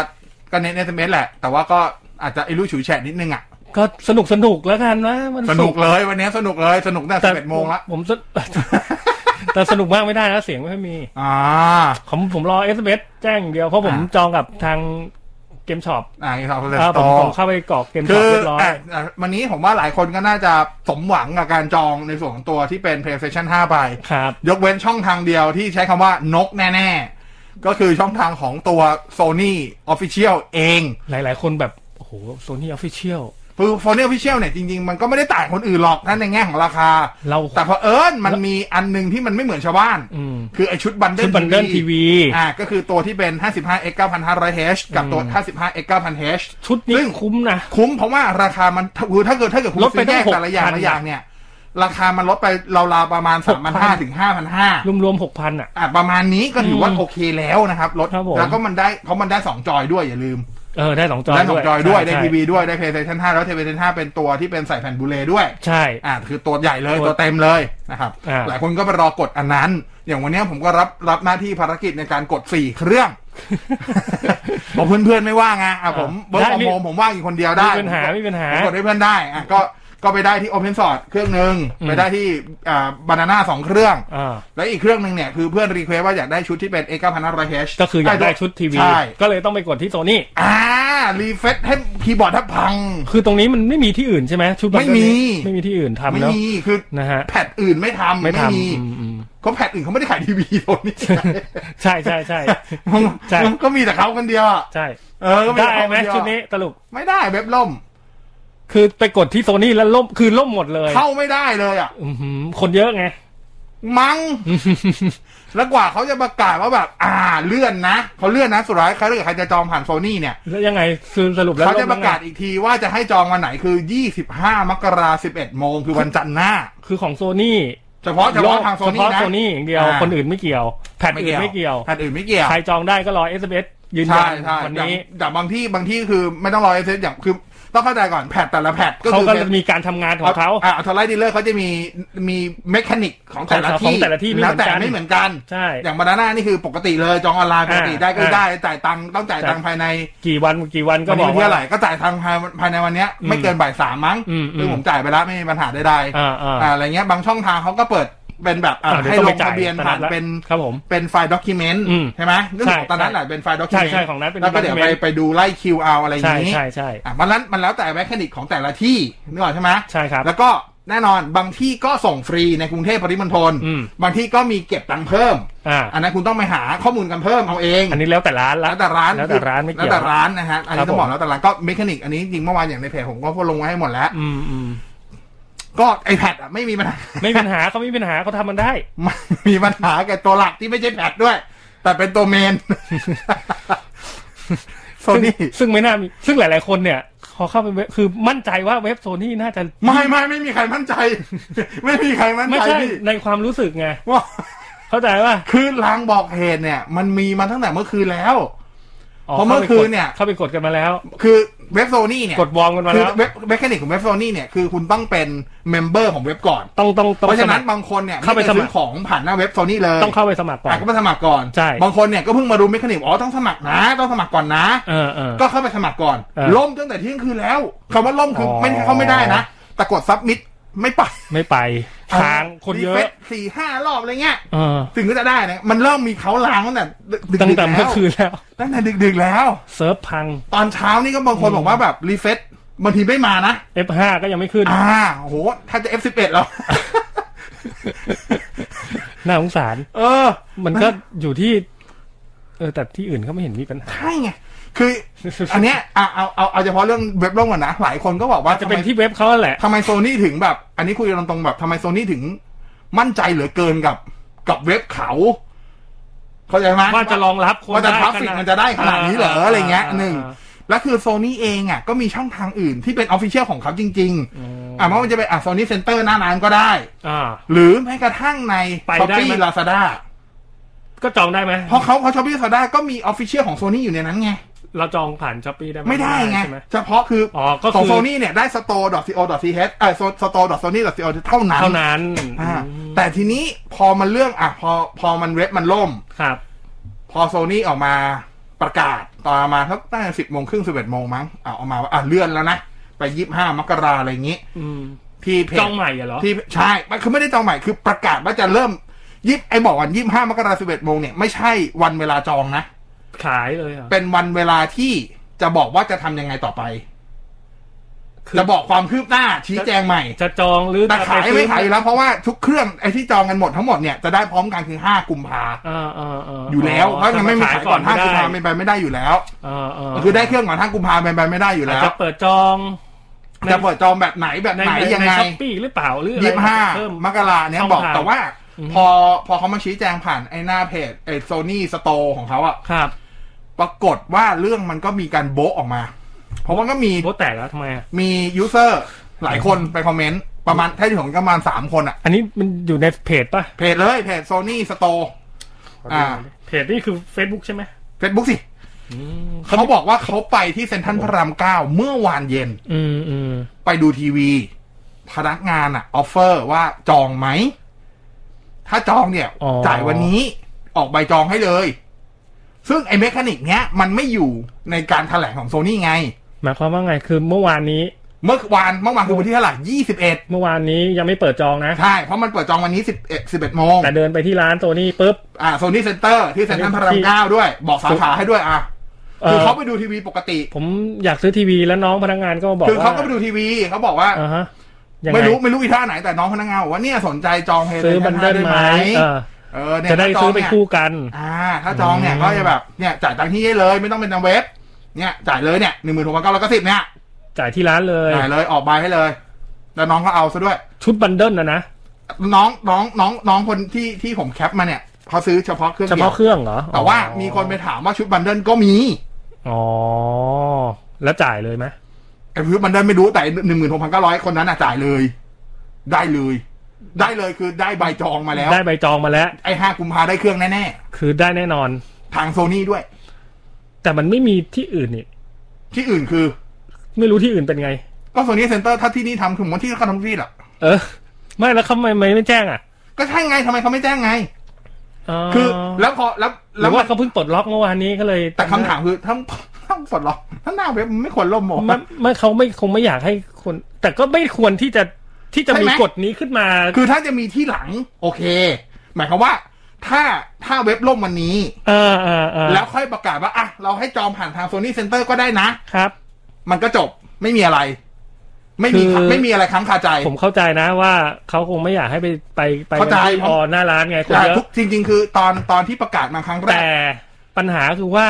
Speaker 4: ก็เน้น SMS แหละ แต่ว่าก็อาจจะไอ้รู้ฉูยแฉะนิดนึงอ่ะ
Speaker 3: ก็สนุกสนุกแล้วกันนะมัน
Speaker 4: สนุกเลยวันนี้สนุกเลยสนุกตั้งแต่11โมงละ
Speaker 3: ผมสน แต่สนุกมากไม่ได้นะเสียงไม่ค่อยมี
Speaker 4: อ่า
Speaker 3: ผมผมรอเอสเอสแจ้งอย่างเดียว เพราะผม
Speaker 4: อ่า
Speaker 3: จองกับทางเกมช็อป
Speaker 4: อ่าอีกสองเลย
Speaker 3: อ่าผ
Speaker 4: ต
Speaker 3: ม
Speaker 4: อ
Speaker 3: ผมเข้าไปกรอกเกมช็
Speaker 4: คื
Speaker 3: อป
Speaker 4: อ
Speaker 3: เรียบร้อย
Speaker 4: อ่ะอ่ะวันนี้ผมว่าหลายคนก็น่าจะสมหวังกับการจองในส่วนของตัวที่เป็น PlayStation 5 ไป
Speaker 3: ครับ
Speaker 4: ยกเว้นช่องทางเดียวที่ใช้คำว่านกแน่ ๆ ก็คือช่องทางของตัว Sony Official เอง
Speaker 3: หลาย ๆ คนแบบ โอ้โหโซนี่ออฟฟิเชียล
Speaker 4: คือ Sony Official เนี่ย จริง ๆ มันก็ไม่ได้ต่างคนอื่นหรอกนั่นในแง่ของราคา
Speaker 3: เรา
Speaker 4: แต่พอเผอิญมันมีอันหนึงที่มันไม่เหมือนชาวบ้าน
Speaker 3: อืม
Speaker 4: คือไอชุดบันเดิ
Speaker 3: ชุ
Speaker 4: ล
Speaker 3: ดบันเดิลทีวี
Speaker 4: อ่าก็คือตัวที่เป็น 55x 9500h กับตัว 55x 9000h
Speaker 3: ชุดนี้คุ้มนะ
Speaker 4: คุ้มเพราะว่าราคามันคือถ้าเกิดถ้าเกิดคุณ
Speaker 3: ลดไป
Speaker 4: ซื้อแยก
Speaker 3: ตั้ง
Speaker 4: แต่ละอย่าง
Speaker 3: 6,000
Speaker 4: ละอย่างเนี่ย ราคามันลดไปราวๆประมาณสามพันห้า
Speaker 3: 6,000
Speaker 4: ถึงห้าพันห้าร
Speaker 3: วมๆหกพันอ่ะ
Speaker 4: อ่ะประมาณนี้ก็ถือว่าโอเคแล้วนะครับลด
Speaker 3: ครับผม
Speaker 4: แล้วก็มันได้เพราะมันได้สองจอยด้วยอย่าลืม
Speaker 3: เออ ได้สองจอย
Speaker 4: ได้สองจอยด้วยได้
Speaker 3: ใช่
Speaker 4: ทีวีด้วยได้ PlayStation 5 แล้ว PlayStation 5 เป็นตัวที่เป็นใส่แผ่นบูเลด้วย
Speaker 3: ใช่
Speaker 4: อ่ะคือตัวใหญ่เลย
Speaker 3: ตัว
Speaker 4: ตัวเต็มเลยนะครับ
Speaker 3: อ่า
Speaker 4: หลายคนก็ไปรอกดอันนั้น อย่างวันเนี้ยผมก็รับรับหน้าที่ภารกิจในการกดสี่เค รื่องผมเพื่อนๆไม่ว่างไงอ่ะผมเบิร์ดโมผมว่างอยู่คนเดียวได้
Speaker 3: มีปัญหาไม่มีปัญหา
Speaker 4: ผมกดให้เพื่อนได้อ่ะก็ก็ไปได้ที่ Open Source เครื่องหนึ่ง
Speaker 3: อืม
Speaker 4: ไปได้ที่อ่าบานาน่าสองเครื่อง
Speaker 3: อ่า
Speaker 4: แล้วอีกเครื่องหนึ่งเนี่ยคือเพื่อนรีเควสว่าอยากได้ชุดที่เป็น A 9 5 0 0 H
Speaker 3: ก็คืออยากได้ชุดทีวี
Speaker 4: ใช่
Speaker 3: ก็เลยต้องไปกดที่โซนี่
Speaker 4: อ่ารีเฟซให้คีย์บอร์ดแทบพัง
Speaker 3: คือตรงนี้มันไม่มีที่อื่นใช่ไหมชุดบันเดิล
Speaker 4: ไม่มี
Speaker 3: นี้ไม่มีที่อื่นทำ
Speaker 4: ไม่
Speaker 3: แล้ว
Speaker 4: มีคือ
Speaker 3: นะฮะ
Speaker 4: แพทอื่นไม่ทำ
Speaker 3: ไม่ทำ
Speaker 4: มี
Speaker 3: อืมอืม
Speaker 4: เขาแพทอื่นเขาไม่ได้ขายทีวีตัวนี้
Speaker 3: ใช่ใช่ใช่
Speaker 4: มัน
Speaker 3: ใช่
Speaker 4: มันก็มีแต่เขาคนเดียวอ่ะ
Speaker 3: ใช่
Speaker 4: เออก็
Speaker 3: ได้
Speaker 4: แต่เขา
Speaker 3: ไหม
Speaker 4: คนเยว
Speaker 3: ชุดนี้สรุป
Speaker 4: ไม่ได้เว็บล่ม
Speaker 3: คือไปกดที่โซนี่แล้วล่มคือล่มหมดเลย
Speaker 4: เข้าไม่ได้เลยอ่ะ
Speaker 3: อื้อหือคนเยอะไง
Speaker 4: มัง้ง แล้วกว่าเขาจะประกาศว่าแบบ อ่าเลื่อนนะเขาเลื่อนนะสุดท้ายใครถ้าเกิดใครจะจองผ่านโซนี่เนี่ย
Speaker 3: แล้วยังไงคือสรุปแล้ว
Speaker 4: เขาจะ
Speaker 3: ล่ม
Speaker 4: ประกาศ
Speaker 3: ยังไง
Speaker 4: อีกทีว่าจะให้จองวันไหนคือ 25 มกราคม11 โมงคือวันจันทร์หน้า
Speaker 3: คือของโซนี่
Speaker 4: เฉพาะเฉพาะทางโซ
Speaker 3: เฉ
Speaker 4: นี่
Speaker 3: พาะ
Speaker 4: นะ
Speaker 3: โซนี่อย่างเดียว
Speaker 4: อ่า
Speaker 3: คนอื่นไม่เกี่ยว แพทอื่นไม่เกี่ยว
Speaker 4: แพทอื่นไม่เกี่ยว
Speaker 3: ใครจองได้ก็รอเอสเอสยืนยั
Speaker 4: ใช่
Speaker 3: น
Speaker 4: ใช่
Speaker 3: วัน
Speaker 4: อย่าง
Speaker 3: นี้
Speaker 4: อย่างบางที่บางที่คือไม่ต้องรอเอเซอย่างคือต้องเข้าใจก่อนแพทแต่ละแพทก็
Speaker 3: เขา
Speaker 4: คือ
Speaker 3: ก็
Speaker 4: ป็
Speaker 3: จะ
Speaker 4: น
Speaker 3: มีการทำงานของเขา
Speaker 4: อ่าทอร์ไลท์ดีลเลอร์เขาจะมีมีเมคานิกของแต่ละ
Speaker 3: ของ
Speaker 4: ที่
Speaker 3: แต่ละที่ไม่เหมื
Speaker 4: แล้ว
Speaker 3: อน
Speaker 4: แต่
Speaker 3: กัน
Speaker 4: ไม่เหมือนกัน
Speaker 3: ใช่
Speaker 4: อย่างบานาน่านี่คือปกติเลยจองออนไลน์ปกติ
Speaker 3: อ่า
Speaker 4: ได้ก็
Speaker 3: อ่า
Speaker 4: ได้จ่ายตังค์ต้องจ่าย
Speaker 3: จ่าย
Speaker 4: ตังค์ภายใน
Speaker 3: กี่วันกี่วันก็
Speaker 4: วัน
Speaker 3: บ
Speaker 4: นี้
Speaker 3: อก
Speaker 4: วันที่
Speaker 3: ว่า
Speaker 4: เท่าไหร่ก็จ่ายทางภายภายในวันเนี้ย
Speaker 3: อืม
Speaker 4: ไม่เกินบ่ายสามมั้ง
Speaker 3: อืมอืม
Speaker 4: ซึ่งผมจ่ายไปแล้วไม่มีปัญหาใดๆ
Speaker 3: อ่าอ่า
Speaker 4: อ่าอะไรเงี้ยบางช่องทางเขาก็เปิดเป็นแบบอ่ะ
Speaker 3: อ่าเดี๋ยว
Speaker 4: ให้
Speaker 3: ต้อง
Speaker 4: ล
Speaker 3: ไป
Speaker 4: ง
Speaker 3: จ่า
Speaker 4: ทะ
Speaker 3: ย
Speaker 4: เบียน
Speaker 3: ตลา
Speaker 4: ผ่า
Speaker 3: ด
Speaker 4: น
Speaker 3: ละ
Speaker 4: เป็น
Speaker 3: ครับผม
Speaker 4: เป็นไฟล์ด็อกิเมนต์
Speaker 3: อืม
Speaker 4: ใช่ไหมเรื่องของ
Speaker 3: ใช่
Speaker 4: ตอนนั้นแหละเป็นไฟล์ด็อกิเมนต์
Speaker 3: ใช่ใช่ของนั้นเป็น
Speaker 4: แล้วก็เดี๋ยวไป
Speaker 3: document
Speaker 4: ไปดูไล่คิวเอาอะไรอ
Speaker 3: ใช่
Speaker 4: ย่างนี้
Speaker 3: ใช่ใช่
Speaker 4: อ่ะมันนั้นมันแล้วแต่แมคานิกของแต่ละที่นึกออกใช่ไหม
Speaker 3: ใช่ครับ
Speaker 4: แล้วก็แน่นอนบางที่ก็ส่งฟรีในกรุงเทพปริมณฑล
Speaker 3: อืม
Speaker 4: บางที่ก็มีเก็บตังค์เพิ่ม
Speaker 3: อ่า
Speaker 4: อันนั้นคุณต้องไปหาข้อมูลกันเพิ่มเอาเอง
Speaker 3: อันนี้แล้วแต่ร้านละ
Speaker 4: แล้วแต่ร้าน
Speaker 3: แล้วแต่ร้านไม่เกี่ยว
Speaker 4: แล้วแต่ร้านนะฮะอัน
Speaker 3: ครั
Speaker 4: นี้
Speaker 3: บ
Speaker 4: ต้องบอ
Speaker 3: ผ
Speaker 4: ก
Speaker 3: ม
Speaker 4: แล้วแต่ร้านก็เมคานิกอันนี้จริงเมื่อวานอย่างในเพจผมก็ลงไว้ให้หมดแล้ว
Speaker 3: อืมอืม
Speaker 4: ก็ไอแพดอะไม่มีปัญหา
Speaker 3: ไม่มีปัญหาเขาไม่มีปัญหาเขาทำมัน ได้
Speaker 4: ไม่มีปัญหากับตัวหลักที่ไม่ใช่แพดด้วย แต่เป็นตัวเมน โซ
Speaker 3: ซึ่ง
Speaker 4: นี่
Speaker 3: ซึ่งไม่น่ามีซึ่งหลาย ๆ คนเนี่ยพอเข้าไปเว็บคือมั่นใจว่าเว็บโซนี่น่าจะ
Speaker 4: ไม่ไม่ไม่มีใครมั่นใจ ไม่มีใครมั่น
Speaker 3: ไม่
Speaker 4: ใจ
Speaker 3: ใช่
Speaker 4: พี่
Speaker 3: ในความรู้สึกไง
Speaker 4: ว่า
Speaker 3: เข้าใจว่า
Speaker 4: คือลางบอกเหตุเนี่ย มันมีมาตั้งแต่เมื่อคืนแล้ว เพราะเมื่อคืนเนี่ย
Speaker 3: เข้าไปกดกันมาแล้ว
Speaker 4: คือเว็บโซนี่เนี่ย
Speaker 3: กดวอร์มกันมา
Speaker 4: คือ
Speaker 3: แล้ว
Speaker 4: เว็บเมคานิกของเว็บโซนี่เนี่ยคือคุณต้องเป็นเมมเบอร์ของเว็บก่อน
Speaker 3: ต้องต้องต้อง
Speaker 4: เพราะฉะนั้
Speaker 3: ส
Speaker 4: น
Speaker 3: มัค
Speaker 4: บางคนเนี่ย
Speaker 3: เข้าไป
Speaker 4: ม่คย
Speaker 3: สมั
Speaker 4: ซื้
Speaker 3: คร
Speaker 4: อของผ่านหน้าเว็บโซนี่เลย
Speaker 3: ต้องเข้าไปสมัครก่อน
Speaker 4: อ่ะก็ไปสมัครก่อน
Speaker 3: ใช่
Speaker 4: บางคนเนี่ยก็เพิ่งมารู้เมคานิกอ๋อต้องสมัครนะต้องสมัครก่อนนะ
Speaker 3: เออเออ
Speaker 4: ก็เข้าไปสมัครก่อน
Speaker 3: เออ
Speaker 4: ล่มตั้งแต่เที่ยงคืนแล้วคำว่าล่มคืออ
Speaker 3: อ
Speaker 4: ไม่ให้เข้าไม่ได้นะ แต่กดซับมิดไม่ไป
Speaker 3: ไม่ไปค้างคนเยอะ
Speaker 4: รีฟรชสี่ห้ารอบอะไรเงี้ย
Speaker 3: เออ
Speaker 4: ถึงก็จะได้นะมันเริ่มมีเขาล้างตั้งแต่ดึกๆ
Speaker 3: ตั้งแต่
Speaker 4: ล้ว
Speaker 3: เมื่อคืนแล้ว
Speaker 4: ตั้งแต่ดึกๆแล้ว
Speaker 3: เซิร์ฟพัง
Speaker 4: ตอนเช้านี่ก็บางคนบอกว่าแบบรีเฟซบางทีไม่มานะ
Speaker 3: F5 ก็ยังไม่ขึ้น
Speaker 4: อ่าโหถ้าจะ F11 แล้ว
Speaker 3: น่าสงสาร
Speaker 4: เออ
Speaker 3: มันก็อยู่ที่ เออแต่ที่อื่นก็ไม่เห็นมีปัญหา
Speaker 4: ใช่ไง คือ อันเนี้ยอ่ะเอาเอาเอาเฉพาะเรื่องเว็บล่มก่อนนะ หลายคนก็บอกว่า
Speaker 3: จะเป็น
Speaker 4: ทำไม
Speaker 3: ที่เว็บเขาแหละ
Speaker 4: ทำไมโซนี่ถึงแบบ อันนี้คุยกันตรงๆแบบทำไมโซนี่ถึง มั่นใจเหลือเกินกับกับเว็บเขา เข้าใจไหม
Speaker 3: ว่าจะรองรับคน
Speaker 4: ว่าจะ
Speaker 3: ได้
Speaker 4: ทราฟฟิก
Speaker 3: ข
Speaker 4: มันจะได้ขนาดนี้เหรออะไรเงี้ย
Speaker 3: า
Speaker 4: หนึ่ง
Speaker 3: อ่า
Speaker 4: แล้วคือโซนี่เองอ่ะก็มีช่องทางอื่นที่เป็นออฟฟิเชียลของเขาจริง
Speaker 3: อืม
Speaker 4: ๆ อ่ะไม่ว่าจะเป็นอ่ะโซนี่เซ็นเตอร์หน้าร้านก็ได้
Speaker 3: อ่า
Speaker 4: หรือแม้กระทั่งใน
Speaker 3: ไป
Speaker 4: ช้อป
Speaker 3: ได้
Speaker 4: ปี้
Speaker 3: ไหม
Speaker 4: ลาซาด้า
Speaker 3: ก็จองได้ไหม
Speaker 4: เพราะเขาเขาช้อปปี้ลาซาด้าก็มีออฟฟิเชียลของโซนี่อยู่ในนั้นไง
Speaker 3: เราจองผ่านช้อปปี้ได้ห
Speaker 4: ไม่ได้ไง
Speaker 3: ใช่หม
Speaker 4: เฉพาะคือ
Speaker 3: อก็คือ
Speaker 4: ของโซนี่เนี่ยได้ store.co.th เออ store.sony.co เท่านั้น
Speaker 3: เท่านั้น
Speaker 4: อ่าแต่ทีนี้พอมันเรื่องอ่ะพอพอมันเว็บมันล่ม
Speaker 3: ครับ
Speaker 4: พอโซนี่ออกมาประกาศตอนประมาณทักตั้งสิบโมงครึ่งสิบเอ็ดโมงมั้งอ่ะออกมาว่าอ่ะเลื่อนแล้วนะ ไปยี่ห้ามกราอะไรอย่างงี้
Speaker 3: อืม
Speaker 4: ที่เพจ
Speaker 3: จองใหม่อะเหรอ
Speaker 4: ที่ใช่มันคือไม่ได้จองใหม่คือประกาศว่าจะเริ่มยิบไอ้บอกวันยี่ห้ามกราสิบเอ็ดโมงเนี่ยไม่ใช่วันเวลาจองนะ
Speaker 3: ขายเลยเหรอ
Speaker 4: เป็นวันเวลาที่จะบอกว่าจะทำยังไงต่อไป จะบอกความคืบหน้าชี้แจงใหม่
Speaker 3: จะจองหรือ
Speaker 4: แต่
Speaker 3: จะป
Speaker 4: ขาย
Speaker 3: ซื้อ
Speaker 4: ไม่ขายอยู่แล้วเพราะว่าทุกเครื่องไอ้ที่จองกันหมดทั้งหมดเนี่ยจะได้พร้อมกันคือ 5 กุมภา
Speaker 3: อ่าๆๆ
Speaker 4: อยู่แล้ว เพราะยังไม่มีขายก่อน 5 กุมภาเป็นไปไม่ได้อยู่แล้ว
Speaker 3: อ่าๆ
Speaker 4: คือได้เครื่องก่อน 5 กุมภาเป็นไปไม่ได้อยู่
Speaker 3: อาจ
Speaker 4: แล้ว
Speaker 3: จะเปิดจอง
Speaker 4: จะเปิดจองแบบไหนแบบ
Speaker 3: ใน
Speaker 4: ไหน
Speaker 3: ใน
Speaker 4: ยัง
Speaker 3: ใน
Speaker 4: ไง
Speaker 3: ช้อปปี้หรือเปล่าหรืออะไร
Speaker 4: ยี่ห้า
Speaker 3: เพิ่ม
Speaker 4: มกราเนี่ย
Speaker 3: ช่อง
Speaker 4: บอก
Speaker 3: ทาง
Speaker 4: แต่ว่า พอพอเขามาชี้แจงผ่านไอ้หน้าเพจไอ้โซนี่สโตร์ของเขาอะ
Speaker 3: ครับ
Speaker 4: ปรากฏว่าเรื่องมันก็มีการโบะออกมา เพราะว่าก็มี
Speaker 3: โบะแตกแล้วทำไมอะ
Speaker 4: มียูเซอร์หลายคนไปคอมเมนต์ ประมาณถ้าอยู่ของประมาณสามคนอะ
Speaker 3: อันนี้มันอยู่ในเพจป่ะ
Speaker 4: เพจเลย เพจโซนี่สโตร์อ่า
Speaker 3: เพจนี่คือ Facebook ใช่ไหม
Speaker 4: เฟซบุ๊กสิ เขาบอกว่าเขาไปที่เซ็นทรัลพระรามเก้าเมื่อวานเย็น
Speaker 3: อืมอืม
Speaker 4: ไปดูทีวี พนักงานอะออฟเฟอร์ว่าจองไหม ถ้าจองเนี่ย จ่ายวันนี้ออกใบจองให้เลย ซึ่งไอ้เมคานิกเนี้ย มันไม่อยู่ในการแถลงของโซนี่ไง
Speaker 3: หมายความว่าไงคือเมื่อวานนี้
Speaker 4: เมื่อวานเมื่อวานคือวันที่เท่าไหร่ยี่สิบเอ็ด
Speaker 3: เมื่อวานนี้ยังไม่เปิดจองนะ
Speaker 4: ใช่เพราะมันเปิดจองวันนี้สิบเอ็ดสิบเอ็ดโมง
Speaker 3: แต่เดินไปที่ร้านโซนี่ปุ๊บ
Speaker 4: อ่าโซนี่เซ็นเตอร์ที่เซ็นทรัลพระรา
Speaker 3: ที่
Speaker 4: มเก้าด้วย บอกสาขาให้ด้วยอ่ะ
Speaker 3: เอ่
Speaker 4: คือ
Speaker 3: อ
Speaker 4: เขาไปดูทีวีปกติ
Speaker 3: ผมอยากซื้อทีวีแล้วน้องพนักงานก็มาบอก
Speaker 4: คือเขา
Speaker 3: ว่า
Speaker 4: ก็ไปดูทีวีเขาบอกว่า
Speaker 3: อ่าฮะยังไง
Speaker 4: ไม่รู้ไม่รู้อีท่าไหนแต่น้องพนักงานบอกว่าเนี่ยสนใจจองเพย์
Speaker 3: ซื้อบันเดิลไหมเออ
Speaker 4: เออเนี่ย
Speaker 3: จะได้
Speaker 4: ถ้าจอ
Speaker 3: ซื้
Speaker 4: ง
Speaker 3: อไป
Speaker 4: เนี่ย
Speaker 3: คู่กัน
Speaker 4: อ่า ถ้าจองเนี่ย
Speaker 3: อืม
Speaker 4: ก็จะแบบเนี่ยจ่ายตังค์ที่นี่เลยไม่ต้องเป็นทางเว็บเนี่ยจ่ายเลยเนี่ยหนึ่งหมื่นหกพันเก้าร้อยเก้าสิบเนี่ย
Speaker 3: จ่ายที่ร้านเลย
Speaker 4: จ่ายเลยออกใบให้เลย แล้วน้องก็เอาซะด้วย
Speaker 3: ชุดบันเดิลนะนะ
Speaker 4: น้องน้องน้องน้องคนที่ที่ผมแคปมาเนี่ยเขาซื้อเฉพาะเครื่อง
Speaker 3: เฉ
Speaker 4: เดีย
Speaker 3: พาะ
Speaker 4: ว
Speaker 3: เครื่องเหรอ
Speaker 4: แต่ว่ามีคนไปถามว่าชุดบันเดิลก็มี
Speaker 3: อ๋อแล้วจ่ายเลยไหม
Speaker 4: ไอ้ชุดบันเดิลไม่รู้แต่หนึ่งหมื่นหกพันเก้าร้อยคนนั้นอ่ะจ่ายเลย ได้เลย ได้เลยคือได้ใบจองมาแล้ว
Speaker 3: ได้ใบจองมาแล้ว
Speaker 4: ไอ้ห้ากุมภาได้เครื่องแน่
Speaker 3: คือได้แน่นอน
Speaker 4: ๆทางโซนี่ด้วย
Speaker 3: แต่มันไม่มีที่อื่นนี่
Speaker 4: ที่อื่นคือ
Speaker 3: ไม่รู้ที่อื่นเป็นไง
Speaker 4: ก็โซนี่เซ็นเตอร์ถ้าที่นี่ทำคือเหมอนที่เขาทำที่แหละ
Speaker 3: เออ ไม่แล้วเขาทำไมไม่ไม่แจ้งอ่ะ
Speaker 4: ก็ใช่ไงทำไมเขาไม่แจ้งไง คือ แล้วพอแล้ว
Speaker 3: หรื
Speaker 4: แล้
Speaker 3: อ
Speaker 4: ว
Speaker 3: ว่าเขาเพิ่งปลดล็อกเมื่อวานนี้ก็เลย
Speaker 4: แต่คำถามคือทั้งทั้งปลดล็อกทั้งหน้าเว็บมันไม่ควรล่มหมด
Speaker 3: ไมันมันเขาไม่คงไม่อยากให้คน แต่ก็ไม่ควรที่จะที่จะ
Speaker 4: ใช่
Speaker 3: มี
Speaker 4: ไหม
Speaker 3: กฎนี้ขึ้นมา
Speaker 4: คือถ้าจะมีที่หลัง โอเค หมายความว่า ถ้าถ้าเว็บล่มวันนี้
Speaker 3: เออเออเออ
Speaker 4: แล้วค่อยประกาศว่าอ่ะเราให้จองผ่านทางโซนี่เซ็นเตอร์ก็ได้นะ
Speaker 3: ครับ
Speaker 4: มันก็จบไม่มีอะไร ไม่มี
Speaker 3: คือ
Speaker 4: ไม่มีอะไรค้างคาใจ
Speaker 3: ผมเข้าใจนะว่าเขาคงไม่อยากให้ไปไปไป
Speaker 4: เข้าใจ
Speaker 3: กันที่
Speaker 4: ผม
Speaker 3: ออหน้าร้านไงคน
Speaker 4: แต่
Speaker 3: เยอะ
Speaker 4: ทุกจริง ๆ คือตอนตอนที่ประกาศมาครั้งแร
Speaker 3: แต่
Speaker 4: ก
Speaker 3: ปัญหาคือว่า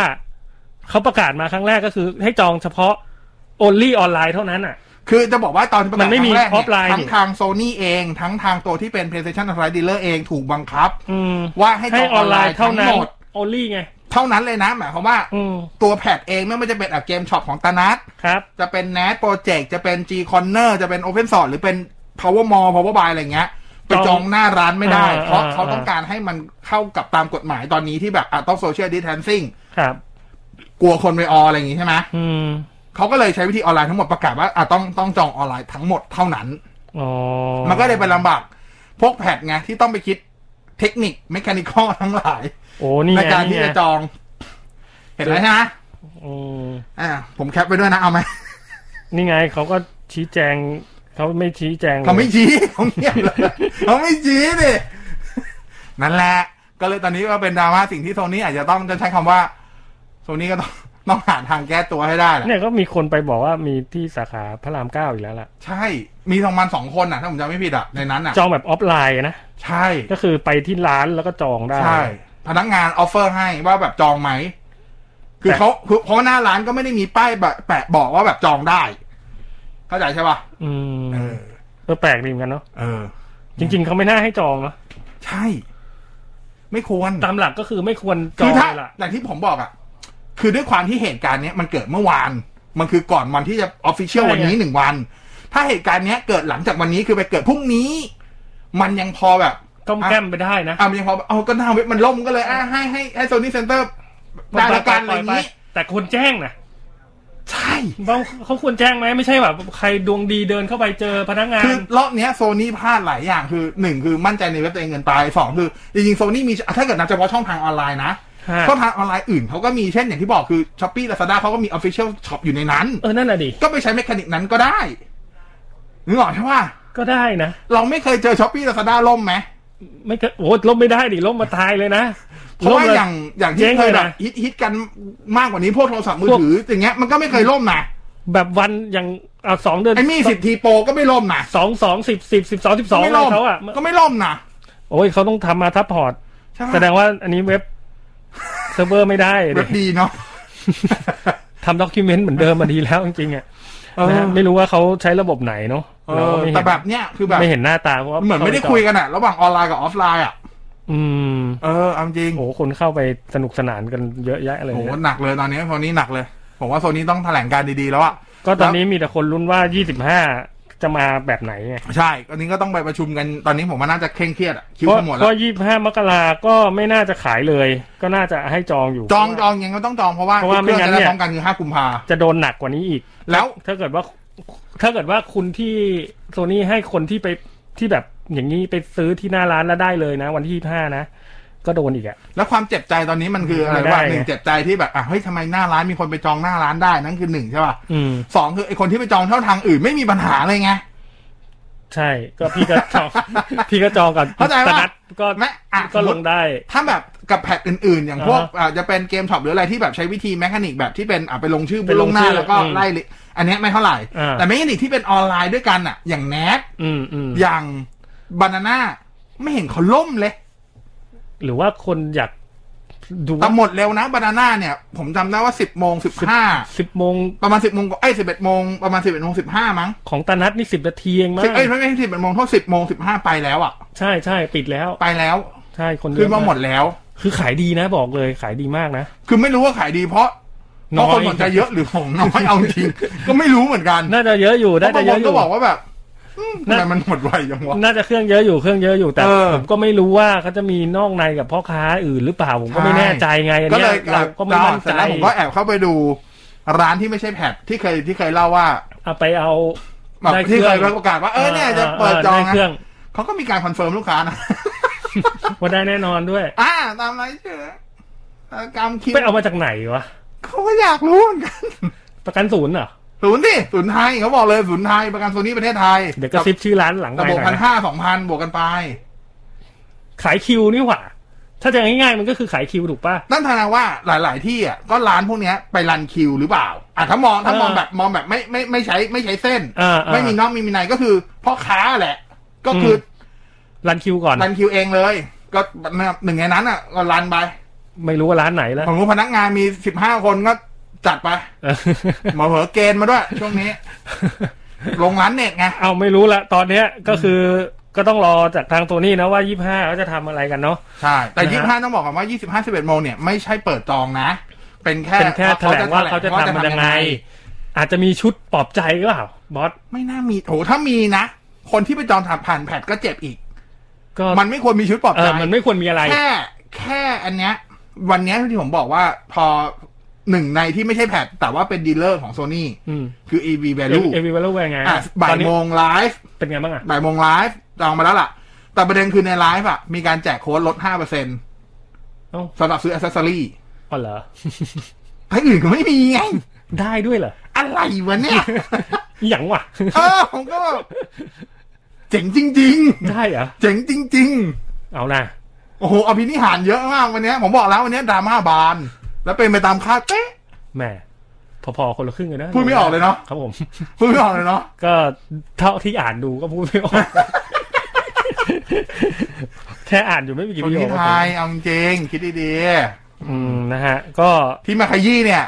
Speaker 3: เขาประกาศมาครั้งแรกก็คือ ให้จองเฉพาะ only ออนไลน์เท่านั้นอ่ะ
Speaker 4: คือจะบอกว่าตอนที่ประกาศ
Speaker 3: มันไม่มี
Speaker 4: ครั้งแรก
Speaker 3: ออฟไลน์
Speaker 4: ทั้
Speaker 3: นี่
Speaker 4: งทางโซนี่เองทั้งทางตัวที่เป็น PlayStation Authorized Dealer เองถูกบังคับ
Speaker 3: อืม
Speaker 4: ว่าให้จ
Speaker 3: ให้
Speaker 4: อง
Speaker 3: อ
Speaker 4: อ
Speaker 3: อ
Speaker 4: อน น
Speaker 3: ไล
Speaker 4: ไล
Speaker 3: น์
Speaker 4: น์
Speaker 3: เท่า
Speaker 4: ทั้ง
Speaker 3: นั้น
Speaker 4: หมด
Speaker 3: only ไง
Speaker 4: เท่านั้นเลยนะ หมายความว่า
Speaker 3: อืม
Speaker 4: ตัวแพดเองไม่ว่าจะเป็นเกมช็อปของตานัท
Speaker 3: ครับ
Speaker 4: จะเป็น NAT Project จะเป็น G Corner จะเป็น Open Source หรือเป็น Power Mall Power Buy อะไรเงี้ยไปจองหน้าร้านไม่ได้
Speaker 3: อ่า
Speaker 4: เพราะ
Speaker 3: อ่า
Speaker 4: เขาต้องการให้มันเข้ากับตามกฎหมายตอนนี้ที่แบบอ่ะต้อง Social Distancing
Speaker 3: ครับ
Speaker 4: กลัวคนไปอออะไรอย่างงี้ใช่ไหม
Speaker 3: อืม
Speaker 4: เขาก็เลยใช้วิธีออนไลน์ทั้งหมดประกาศว่าอ่ะต้องต้องจองออนไลน์ทั้งหมดเท่านั้น
Speaker 3: อ๋อ
Speaker 4: มันก็เลยเป็นลำบากพวกแพทไงที่ต้องไปคิดเทคนิคเมคานิคอลทั้งหลาย
Speaker 3: โอ้นี่
Speaker 4: ใน
Speaker 3: ไง
Speaker 4: การ
Speaker 3: นี่
Speaker 4: ที่
Speaker 3: ไง
Speaker 4: จะจอง เห็นไหมใช่ไหม
Speaker 3: อืม
Speaker 4: อ่าผมแคปไปด้วยนะ เอาไหม
Speaker 3: นี่ไงเขาก็ชี้แจงเขาไม่ชี้แจงลย
Speaker 4: เขาไม่ชี้ เขาเงียบเลยเขาไม่ชี้ดินั่นแหละ ก็เลยตอนนี้ก็เป็นดราม่าสิ่งที่โซนี่อาจจะต้องจะใช้คำว่าโซนี่ก็ต้อง ต้องหาทางแก้ตัวให้ได้แหละ
Speaker 3: เนี่ยก็มีคนไปบอกว่ามีที่สาขาพระรามเก้าอีกแล้วล่ะ
Speaker 4: ใช่ มีสองมันสองคนอ่ะ ถ้าผมจำไม่ผิดอ่ะในนั้นอ่ะ
Speaker 3: จองแบบออฟไลน์นะ
Speaker 4: ใช่
Speaker 3: ก็คือไปที่ร้านแล้วก็จองได้
Speaker 4: ใช่ พนักงานออฟเฟอร์ให้ว่าแบบจองไหม คือ
Speaker 3: แต่
Speaker 4: เขาคือเพราะว่าหน้าร้านก็ไม่ได้มีป้ายแบบแปะบอกว่าแบบจองได้ เข้าใจใช่ป่ะ
Speaker 3: อืม
Speaker 4: เออ
Speaker 3: เออแปลกดีเหมือนกันเนาะ
Speaker 4: เออ
Speaker 3: จริง ๆเขาไม่น่าให้จองเนาะ
Speaker 4: ใช่ ไม่ควร
Speaker 3: ตามหลักก็คือไม่ควรจ
Speaker 4: คือ อง ถ้า
Speaker 3: เลยล่ะ
Speaker 4: อย่างที่ผมบอกอะ่ะ คือด้วยความที่เหตุการณ์เนี้ยมันเกิดเมื่อวาน มันคือก่อนวันที่จะออฟฟิเชียล
Speaker 3: ใช่ไง
Speaker 4: วันนี้หนึ่งวัน ถ้าเหตุการณ์เนี้ยเกิดหลังจากวันนี้คือไปเกิดพรุ่งนี้ มันยังพอแบบ
Speaker 3: ก้มแก้มไปได้นะ
Speaker 4: อ่ะมันยังพอแบบเอาก็หน้าเว็บมันล่มก็เลยอ่ะให้ให้ให้โซนี่เซ็นเตอร์ได้ละกันอะไรอย่าง
Speaker 3: ปล่อย
Speaker 4: นี้
Speaker 3: ๆแต่ แต่ควรแจ้งนะ
Speaker 4: ใช่
Speaker 3: เขาเขาควรแจ้งไหมไม่ใช่แบบใครดวงดีเดินเข้าไปเจอพนักงา
Speaker 4: คือน รอบเนี้ยโซนี่พลาดหลายอย่างคือหนึ่งคือมั่นใจในเว็บตัวเองเงินไปสองคือจริงๆโซนี่มีถ้าเกิดนับเฉพาะช่องทางออนไลน์นะ
Speaker 3: ฮะ
Speaker 4: ช่องทางออนไลน์อื่นเขาก็มีเช่นอย่างที่บอกคือช้อปปี้ลาซาด้าเขาก็มีออฟฟิเชียลช็อปอยู่ในนั้น
Speaker 3: เออนั่นน่ะดิ
Speaker 4: ก็ไปใช้เมคานิกนั้นก็ได้นึกออกใช่ป่ะ
Speaker 3: ก็ได้นะ
Speaker 4: เราไม่เคยเจอช้อปปี้ลาซาด้าล่มไหม
Speaker 3: ไม่ก็โอ้ล่มไม่ได้ดิล่มมาตายเลยนะ
Speaker 4: เพราะว่า
Speaker 3: ล่มล
Speaker 4: อย่างอย่าง
Speaker 3: เจ๊
Speaker 4: ที่
Speaker 3: ง
Speaker 4: เคย
Speaker 3: เลยนะ
Speaker 4: แบบฮิตฮิตกันมากกว่านี้พวกโทรศัพท์มือ
Speaker 3: พวก
Speaker 4: ถืออย่างเงี้ยมันก็ไม่เคยล่มนะ
Speaker 3: แบบวันอย่างเอาสองเดือน
Speaker 4: ไอ้มี่สิบทีโปรก็ไม่ล่มนะ
Speaker 3: สองสองสิบสิบสิบสองสิบส
Speaker 4: ก็
Speaker 3: อง
Speaker 4: ไม่ล่ม
Speaker 3: เขาอ่ะ
Speaker 4: ก็ไม่ล่มนะ
Speaker 3: โอ้ยเขาต้องทำมาทับพอร์ต
Speaker 4: ใช่
Speaker 3: แสด
Speaker 4: ป่ะ
Speaker 3: งว่าอันนี้เว็บเซิร์ฟเวอร์ไม่ได้
Speaker 4: เว็
Speaker 3: ดิ
Speaker 4: บดีเนาะ
Speaker 3: ทำด็อกิเมนต์เหมือนเดิมมาดีแล้วจริงๆอ่ะนะฮะไม่รู้ว่าเขาใช้ระบบไหนเนาะ
Speaker 4: เอ
Speaker 3: เรา
Speaker 4: อ
Speaker 3: ก็ไม่เห็น
Speaker 4: แต่แบบเนี้ยคือแบบ
Speaker 3: ไม่เห็นหน้าตาเพราะว่า
Speaker 4: เหมือนไม่ได้คุยกันอะระหว่างออนไลน์กับออฟไลน์อะ
Speaker 3: อืม
Speaker 4: เออเอาจริง
Speaker 3: โอ้โหคนเข้าไปสนุกสนานกันเยอะแยะเลย
Speaker 4: โห
Speaker 3: เนี่ย
Speaker 4: หนักเลยตอนนี้โซนี้หนักเลย ผมว่าโซนี้ต้องแถลงการดีๆแล้วอะ
Speaker 3: ก็ตอนนี้มีแต่คนรุ่นว่า 25 จะมาแบบไหนไง
Speaker 4: ใช่ตอนนี้ก็ต้องไปประชุมกันตอนนี้ผมว่าน่าจะเคร่งเครียดอะคิว
Speaker 3: เพราะ
Speaker 4: ขมวด
Speaker 3: เพ
Speaker 4: แล้ว
Speaker 3: ราะ25 มกราก็ไม่น่าจะขายเลย ก็น่าจะให้จองอยู่
Speaker 4: จองจองยังก็ต้องจองเพราะว่า
Speaker 3: เพราะว่า
Speaker 4: เครื่อง
Speaker 3: ไม่งั้น
Speaker 4: จะได้
Speaker 3: เนี่ย
Speaker 4: พร้อมกันคือห้ากุมภา
Speaker 3: จะโดนหนักกว่านี้อีก
Speaker 4: แล้ว
Speaker 3: ถ้าเกิดว่า ถ้าเกิดว่าคุณที่โซนี่ให้คนที่ไปที่แบบอย่างนี้ไปซื้อที่หน้าร้านแล้วได้เลยนะ วันที่ห้านะ ก็โดนอีกอะ
Speaker 4: แล้วความเจ็บใจตอนนี้มันคืออะไร
Speaker 3: ไม่ได้
Speaker 4: ว่า
Speaker 3: ไง
Speaker 4: หนึ่งเจ็บใจที่แบบอ่ะเฮ้ยทำไมหน้าร้านมีคนไปจองหน้าร้านได้นั่นคือหนึ่งใช่ป่ะ
Speaker 3: อืม
Speaker 4: สองคือไอคนที่ไปจองเท่าทางอื่นไม่มีปัญหาเลยไง
Speaker 3: ใช่ ก็พี่ก็จอง พี่ก็จองกับ
Speaker 4: เข้าใจ
Speaker 3: ต
Speaker 4: ปะ
Speaker 3: นัดก็
Speaker 4: แม้อ่ะ
Speaker 3: ก็ลงได้
Speaker 4: ถ้าแบบกับแพทอื่นๆ อย่างพวก
Speaker 3: อ่าฮะ
Speaker 4: อาจจะเป็นเกมช็อปหรืออะไรที่แบบใช้วิธีแมคานิกแบบที่เป็นอ่ะไปลงชื่อ
Speaker 3: ไปลง
Speaker 4: ล่วงหน้า
Speaker 3: ชื่อ
Speaker 4: แล้วก็
Speaker 3: อืม
Speaker 4: ไล่ลิอันเนี้ยไม่เท่าไหร่
Speaker 3: อ่า
Speaker 4: แต่แมคานิกที่เป็นออนไลน์ด้วยกันอ่ะ อย่างแนท
Speaker 3: อืมอืม
Speaker 4: อย่างบานาน่าไม่เห็นเขาล่มเลย
Speaker 3: หรือว่าคนอยากดู
Speaker 4: แต่หมดเร็วนะบานาน่าเนี่ย ผมจำได้ว่าสิบโมงสิบห้า
Speaker 3: สิบโมง
Speaker 4: ประมาณสิบโมงไอ้สิบเอ็ดโมงประมาณสิบเอ็ดโมงสิบห้ามั้ง
Speaker 3: ของตานัดนี่สิบนาทีเองมั้ง
Speaker 4: สิบเอ้ยไม่ไม่สิบเอ็ดโมงเท่าสิบโมงสิบห้าไปแล้วอ่ะ
Speaker 3: ใช่ใช่ปิดแล้ว
Speaker 4: ไปแล้ว
Speaker 3: ใช่คนเย
Speaker 4: คือ
Speaker 3: อะ
Speaker 4: มาหมดแล้ว
Speaker 3: คือขายดีนะบอกเลยขายดีมากนะ
Speaker 4: คือไม่รู้ว่าขายดีเพราะเพราะคนสนใจเยอะหรือของน้อยเอาจริงก็ไม่รู้เหมือนกัน
Speaker 3: น่าจะเยอะอยู่
Speaker 4: เพ
Speaker 3: น่าจะ
Speaker 4: ราะบาง
Speaker 3: เยอะอ
Speaker 4: คนก็
Speaker 3: ยู่
Speaker 4: บอกว่าแบบอืมทำไมมันหมดไวจังวะ
Speaker 3: น่าจะเครื่องเยอะอยู่เครื่องเยอะอยู่แต่
Speaker 4: เออ
Speaker 3: ผมก็ไม่รู้ว่าเขาจะมีนอกในกับพ่อค้าอื่นหรือเปล่าผมก็ไม่
Speaker 4: ใช่
Speaker 3: แน่ใจไงอัน
Speaker 4: ก็
Speaker 3: เนี้
Speaker 4: เลย ย
Speaker 3: เราก็ไม่มั่น
Speaker 4: เส
Speaker 3: ใจ
Speaker 4: ร็จแล้วผมก็แอบเข้าไปดูร้านที่ไม่ใช่แพทที่เคยที่เคยเล่าว่า
Speaker 3: เอาไปเอา
Speaker 4: แบบ
Speaker 3: ได้เครื่
Speaker 4: ที่
Speaker 3: อง
Speaker 4: เคยประกาศว่าเออเนี่ยจะเปิดจอง
Speaker 3: ได้
Speaker 4: นะ
Speaker 3: เครื่อง
Speaker 4: เขาก็มีการคอนเฟิร์มลูกค้า นะ
Speaker 3: ว่าได้แน่นอนด้วย
Speaker 4: อ่าตามไรายชื่อตามกรรมคิด
Speaker 3: ไปเอามาจากไหนวะ
Speaker 4: เขาก็อยากรู้เหมือนกัน
Speaker 3: ประกันศูนย์เหรอ
Speaker 4: ศูนย์ดิศูนย์ไทยเขาบอกเลยศูนย์ไทยประกันโซนี่ประเทศไทย
Speaker 3: เดี๋ยวกระซิบชื่อร้านหลัง
Speaker 4: ระ
Speaker 3: ไป
Speaker 4: บบ
Speaker 3: หน่
Speaker 4: พั
Speaker 3: อย
Speaker 4: น
Speaker 3: นะ
Speaker 4: ห้าสองพันบวกกันไป
Speaker 3: ขายคิวนี่หว่า ถ้าจะง่ายๆมันก็คือขายคิวถูกป่ะ
Speaker 4: นั่นแสดงว่าหลาย ๆ ที่อ่ะก็ร้านพวกเนี้ยไปรันคิวหรือเปล่าอ่ะถ้ามองถ้ามอง
Speaker 3: เออ
Speaker 4: แบบมองแบบไม่ไม่ไม่ใช้ไม่ใช้เส้น
Speaker 3: เออเออ
Speaker 4: ไม่มีนอกไม่มีในก็คือพ่อค้าแหละ ก็คืออ
Speaker 3: รันคิวก่อน
Speaker 4: รันคิวเองเลย ก็หนึ่งในนั้นอ่ะก็รันไป
Speaker 3: ไม่รู้ว่าร้านไหนแล้ว
Speaker 4: ผมรู้พนักงานมีสิบห้าคนก็จัดไป
Speaker 3: เออ
Speaker 4: หมอเผลอเกณฑ์มาด้วย ช่วง นี้ ลงร้านเน็ตไง
Speaker 3: เอาไม่รู้ละตอนเนี้ยก็คือก็ต้องรอจากทางตัวนี้นะว่ายี่ห้าเขาจะทำอะไรกันเนาะ
Speaker 4: ใช่แต่
Speaker 3: นะฮะ
Speaker 4: ยี่สิบห้าต้องบอกก่อนว่ายี่สิบห้าสิบเอ็ดโมงเนี่ยไม่ใช่เปิดจองนะ เป็นแค่
Speaker 3: เป็นแค่แถลงว่าเขาจะทำมันยังไง อาจจะมีชุดปลอบใจหรือเปล่าบอส
Speaker 4: ไม่น่ามีโอ้ถ้ามีนะคนที่ไปจองผ่านแพทก็เจ็บอีก
Speaker 3: ก็
Speaker 4: มันไม่ควรมีชุดปลอบ
Speaker 3: เอ
Speaker 4: ใจ
Speaker 3: อ มันไม่ควรมีอะไร
Speaker 4: แค่แค่อันเนี้ย วันเนี้ยที่ผมบอกว่าพอหนึ่งในที่ไม่ใช่แพดแต่ว่าเป็นดีลเลอร์ของโซ n y
Speaker 3: อืม
Speaker 4: คือ EV
Speaker 3: เอ
Speaker 4: Value
Speaker 3: วิวาลูเป็นไง
Speaker 4: อ่ะบ่า
Speaker 3: ต
Speaker 4: ย
Speaker 3: อนนี้
Speaker 4: โมงไลฟ์
Speaker 3: เป็นไงบ้างอ่ะ
Speaker 4: บ่ายโมงไลฟ์จองมาแล้วล่ะ แต่ประเด็นคือในไลฟ์อ่ะ มีการแจกโค้ดลดห้าเปอร์เซ็นต์
Speaker 3: เอ้า
Speaker 4: สำหรับซื้ออัซเซอรี่
Speaker 3: อ๋อเหรอ
Speaker 4: ไอ้อื่นก็ไม่มีไง
Speaker 3: ได้ด้วยเหรอ
Speaker 4: อะไรวะเนี่ย
Speaker 3: อหย่างวะ
Speaker 4: เออผมก็แบบเจ๋งจริง
Speaker 3: ได้เหรอ
Speaker 4: ๆ เจ๋งจริง ๆ
Speaker 3: เอานะ
Speaker 4: โอ้โหอภินิหารเยอะมากวันเนี้ยผมบอกแล้ววันเนี้ยดราม่าบาน แล้วเป็นไปตามคาดเป๊ะ
Speaker 3: แหมพอๆคนละครึ่งเลยนะ
Speaker 4: พูดไม่ออกเลยเนอะ
Speaker 3: ครับผม
Speaker 4: พูดไม่ออกเลยเนาะ
Speaker 3: ก็เท่าที่อ่านดูก็พูดไม่อ อก แค่อ่านอยู่ไม่มีกี่
Speaker 4: ค
Speaker 3: ป
Speaker 4: น
Speaker 3: ระโย
Speaker 4: ที่
Speaker 3: ค
Speaker 4: ไทยเอาจริงๆคิดดี
Speaker 3: อืมนะฮะ ก็
Speaker 4: ๆที่มาขยี้เนี่ย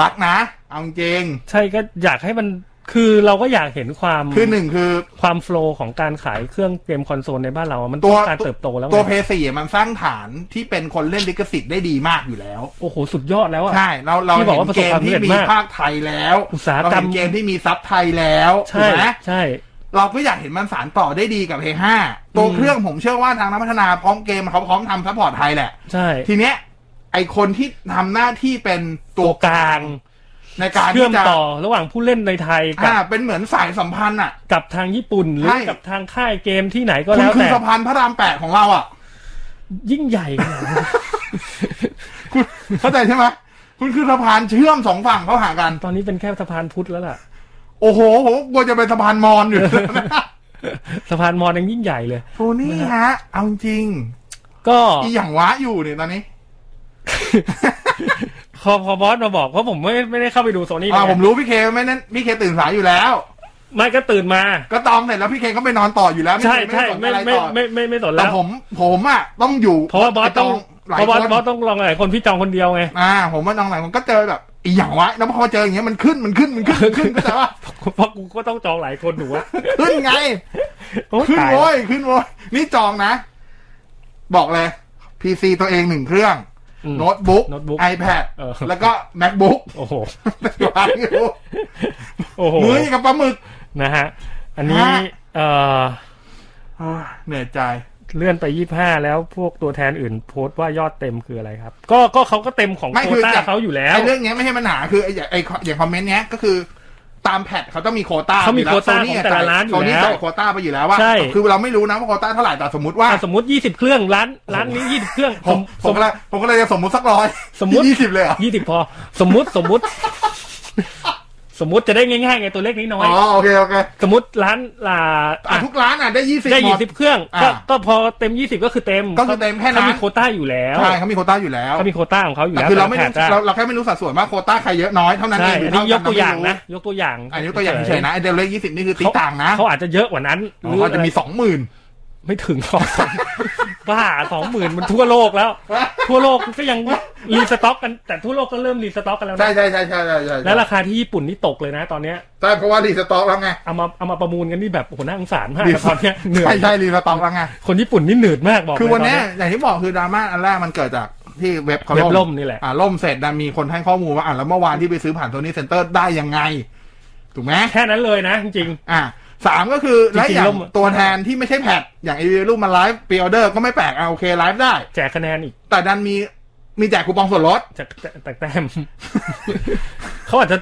Speaker 4: รักนะเอาจริง
Speaker 3: ใช่ก็อยากให้มัน คือเราก็อยากเห็นความ
Speaker 4: คือหนึ่งคือ
Speaker 3: ความโฟล์ของการขายเครื่องเกมคอนโซลในบ้านเราอะมัน
Speaker 4: ตั
Speaker 3: ต้
Speaker 4: ว
Speaker 3: องการเติบโตแล้วไง
Speaker 4: ตัวเพย์สี่มันสร้างฐานที่เป็นคนเล่นลิขสิทธิ์ได้ดีมากอยู่แล้ว
Speaker 3: โอ้โห สุดยอดแล้วอ่ะ
Speaker 4: ใช่ เราเรา
Speaker 3: ที่บอก
Speaker 4: เห็
Speaker 3: ว่าน ประส
Speaker 4: เก
Speaker 3: บความ
Speaker 4: ม
Speaker 3: สำ
Speaker 4: ที่
Speaker 3: เร็จ
Speaker 4: มี
Speaker 3: มาก
Speaker 4: ภาคไทยแล้ว
Speaker 3: อุตสาห
Speaker 4: เรา
Speaker 3: กรร
Speaker 4: เห็
Speaker 3: ม
Speaker 4: นเกมที่มีซับไทยแล้วถู
Speaker 3: ใช่
Speaker 4: กไหม
Speaker 3: ใช่
Speaker 4: เราก็อยากเห็นมันสารต่อได้ดีกับ Play 5ตัวเครื่องผมเชื่อว่าทางนักพัฒนาพร้อมเกมเขาพร้อมทำซัพพอร์ตไทยแหละ
Speaker 3: ใช่
Speaker 4: ทีเนี้ย ไอคนที่ทำหน้าที่เป็นตัว
Speaker 3: กลาง
Speaker 4: ในการ
Speaker 3: เชื่อ
Speaker 4: ที่
Speaker 3: ม
Speaker 4: จะ
Speaker 3: ต่อระหว่างผู้เล่นในไทยกับ
Speaker 4: อ่าเป็นเหมือนสายสัมพันธ์อ่ะ
Speaker 3: กับทางญี่ปุ่นหรื
Speaker 4: ใช่
Speaker 3: อกับทางค่ายเกมที่ไหนก็
Speaker 4: คุณ
Speaker 3: แล้ว
Speaker 4: คือ
Speaker 3: แต่
Speaker 4: สะพานพระรามแปดของเราอ่ะ
Speaker 3: ยิ่งใหญ่ขนาดนั้น
Speaker 4: คุณเข้าใจใช่ไหมคุณคือสะพานเชื่อมสองฝั่งเข้าหากัน
Speaker 3: ตอนนี้เป็นแค่สะพานพุทธแล้วล่ะ
Speaker 4: โอ้โหผมกลัวจะเป็นสะพานมอ ญอยู่
Speaker 3: สะพานมอญยังยิ่งใหญ่เลย
Speaker 4: โทนี่ฮะ เอาจริง
Speaker 3: ก็
Speaker 4: อีหยังวะอยู่เนี่ยตอนนี้
Speaker 3: พอพอบอสมาบอกเพราะผมไม่ไม่ได้เข้าไปดูโซนี่
Speaker 4: อ่าผมรู้พี่เคไม่นั้นพี่เคตื่นสายอยู่แล้ว
Speaker 3: ไม่ก็ตื่นมา
Speaker 4: ก็ตองเสร็จแล้วพี่เคก็ไปนอนต่ออยู่แล้ว
Speaker 3: ใช่
Speaker 4: พี่เค
Speaker 3: ใช่
Speaker 4: ไม่
Speaker 3: ไม่
Speaker 4: ได้สนอะไร
Speaker 3: ไม่
Speaker 4: ต่อ
Speaker 3: ไม่ไม่ไม่สนแล้
Speaker 4: แต่
Speaker 3: ว
Speaker 4: ผมผมอ่ะต้องอยู่
Speaker 3: เพราะว่าบอสต้อง
Speaker 4: หลา
Speaker 3: เพ
Speaker 4: ย
Speaker 3: ราะบอส
Speaker 4: คน
Speaker 3: บอสต้องลองหลายคนพี่จองคนเดียวไง
Speaker 4: อ่า ผมว่าน้องหลายคนก็เจอแบบอีหยังวะแล้วพอเจออย่างเงี้ยมันขึ้นมันขึ้นมันขึ้น มันขึ้นก็แต่ว่า
Speaker 3: เพราะกูก็ต้องจองหลายคนหนูอะ
Speaker 4: ขึ้นไง
Speaker 3: โอ้
Speaker 4: ขึ้น
Speaker 3: ตาย
Speaker 4: โว้ยขึ้นโว้ยนี่จองนะ บอกเลยพีซีตัวเองหนึ่งเครื่อง
Speaker 3: อืม
Speaker 4: โน้ตบุ๊ก
Speaker 3: Notebook
Speaker 4: iPad
Speaker 3: เออ
Speaker 4: แล้วก็ MacBook
Speaker 3: โอ้โห
Speaker 4: วางอยู่
Speaker 3: โอ้โห
Speaker 4: มือกับปลาหมึก
Speaker 3: นะฮะ อันนี้
Speaker 4: ฮะ
Speaker 3: เอ่อ
Speaker 4: อ่าเหนื่อยใจ
Speaker 3: เลื่อนไปยี่ห้าแล้วพวกตัวแทนอื่นโพสต์ว่ายอดเต็มคืออะไรครับ ก็ก็เขาก็เต็มของ
Speaker 4: ไม่
Speaker 3: โค
Speaker 4: คือ
Speaker 3: ต้า
Speaker 4: จาก
Speaker 3: เขาอยู่แล้ว
Speaker 4: ไอ้เรื่องเนี้ยไม่ใช่ปัญหาคือไอ้อย่างไอ้อย่างคอมเมนต์เนี้ยก็คือตามแพทเขาต้องมีโควต้า
Speaker 3: เขามีโควต้าของแต่ละร้านอยู่
Speaker 4: โซนี่
Speaker 3: แล้ว
Speaker 4: จ่ายโควต้าไปอยู่แล้วว่า
Speaker 3: ใช่
Speaker 4: คือเราไม่รู้นะว่าโควต้าเท่าไหร่แต่สมมติว่า
Speaker 3: อ่ะสมมติยี่สิบเครื่องร้านร้านนี้ยี่สิบเครื่อง
Speaker 4: ผมผ
Speaker 3: ส
Speaker 4: ม
Speaker 3: ม
Speaker 4: ก็เลยผมก็เลยจะสมมติสักร้อย
Speaker 3: สมมุติ
Speaker 4: ยี่สิบเลยเหรอ
Speaker 3: ยี่สิบพอ สมมติสมมติ สมมติจะได้ง่ายๆไงตัวเลขน้อย
Speaker 4: อ๋อโอเคโอเค
Speaker 3: ๆสมมติร้านอ่า
Speaker 4: อ่ะ
Speaker 3: อ่ะ
Speaker 4: ทุกร้านอ่ะได้ยี่สิบ
Speaker 3: ได้
Speaker 4: หม
Speaker 3: ยี่
Speaker 4: ด
Speaker 3: สิบเครื่อง
Speaker 4: อ่ะ
Speaker 3: ก็ก็พอเต็มยี่สิบก็คือเต็ม
Speaker 4: ก็คือเต็มแค่นั้น
Speaker 3: เขามีโควต้าอยู่แล้ว
Speaker 4: ใช่เขามีโควต้าอยู่แล้ว
Speaker 3: เขามีโควต้าของเขาอยู่
Speaker 4: แต่
Speaker 3: แล้ว
Speaker 4: คือเราไม่รู้
Speaker 3: แต่ละ
Speaker 4: เราเราแค่ไม่รู้สัดส่วนว่าโควต้าใครเยอะน้อยเท่านั้นเอ
Speaker 3: ใช่
Speaker 4: งหรื
Speaker 3: อัน
Speaker 4: เท่
Speaker 3: นี้ยก
Speaker 4: เร
Speaker 3: ตัวอย่าง
Speaker 4: ไม่
Speaker 3: นะ
Speaker 4: รู้
Speaker 3: ยกตัวอย่าง
Speaker 4: อันนี้ยกตัวอย่างเฉยๆนะไอเดลเลขยี่สิบนี่คือตี
Speaker 3: เขา
Speaker 4: ต่างนะ
Speaker 3: เขาอาจจะเยอะกว่านั้น
Speaker 4: อ๋อเขาจะมีสองหมื่น
Speaker 3: ไม่ถึง สองบ้าสองหมื่นมันทั่วโลกแล้ว ทั่วโลกก็ยังรีสต็อกกันแต่ทั่วโลกก็เริ่มรีสต็อกกันแล้ว
Speaker 4: ใช่
Speaker 3: นะ
Speaker 4: ใช่ใช่ใช่ใช่ใช่
Speaker 3: และราคาที่ญี่ปุ่นนี่ตกเลยนะ ตอนเนี้ย
Speaker 4: ใช่เพราะว่ารีสต็อกแล้วไง
Speaker 3: เอามาเอามาประมูลกันนี่แบบโอ้โหน่าสงสารมาก
Speaker 4: รี
Speaker 3: นะ
Speaker 4: สต็
Speaker 3: ต
Speaker 4: อก
Speaker 3: อนเนี้ยเหนื่อ
Speaker 4: ใช่
Speaker 3: ย
Speaker 4: ใช่รีสต็อกแล้วไง
Speaker 3: คนญี่ปุ่นนี่เหนื่อยมากบอก
Speaker 4: คือ
Speaker 3: เลย
Speaker 4: วันเนี้ย
Speaker 3: ตเย
Speaker 4: อย่างที่บอกคือดราม่าอันแรกมันเกิดจากที่เว็บเขา
Speaker 3: เว็บล่มนี่แหละ
Speaker 4: อ่าล่มเสร็จนะมีคนให้ข้อมูลว่าอ่าแล้วเมื่อวานที่ไปซื้อผ่านโซนี่เซ็นเตอร์ได้ยังไง ถูกไหม
Speaker 3: แค่นั้นเลยนะจริง
Speaker 4: อ่าสามก็คือและ
Speaker 3: จริงๆ
Speaker 4: อย่าง
Speaker 3: ล่ม
Speaker 4: ตัวแทนที่ไม่ใช่แพทอย่างไอรูปมาไลฟ์ปีออเดอร์ก็ไม่แปลกอ่าโอเคไลฟ์ได้
Speaker 3: ๆแจกคะแนนอีก
Speaker 4: แต่ดันมีมีแจกคูปองส่วนลด
Speaker 3: จากจากแต้ม เขาอาจจะ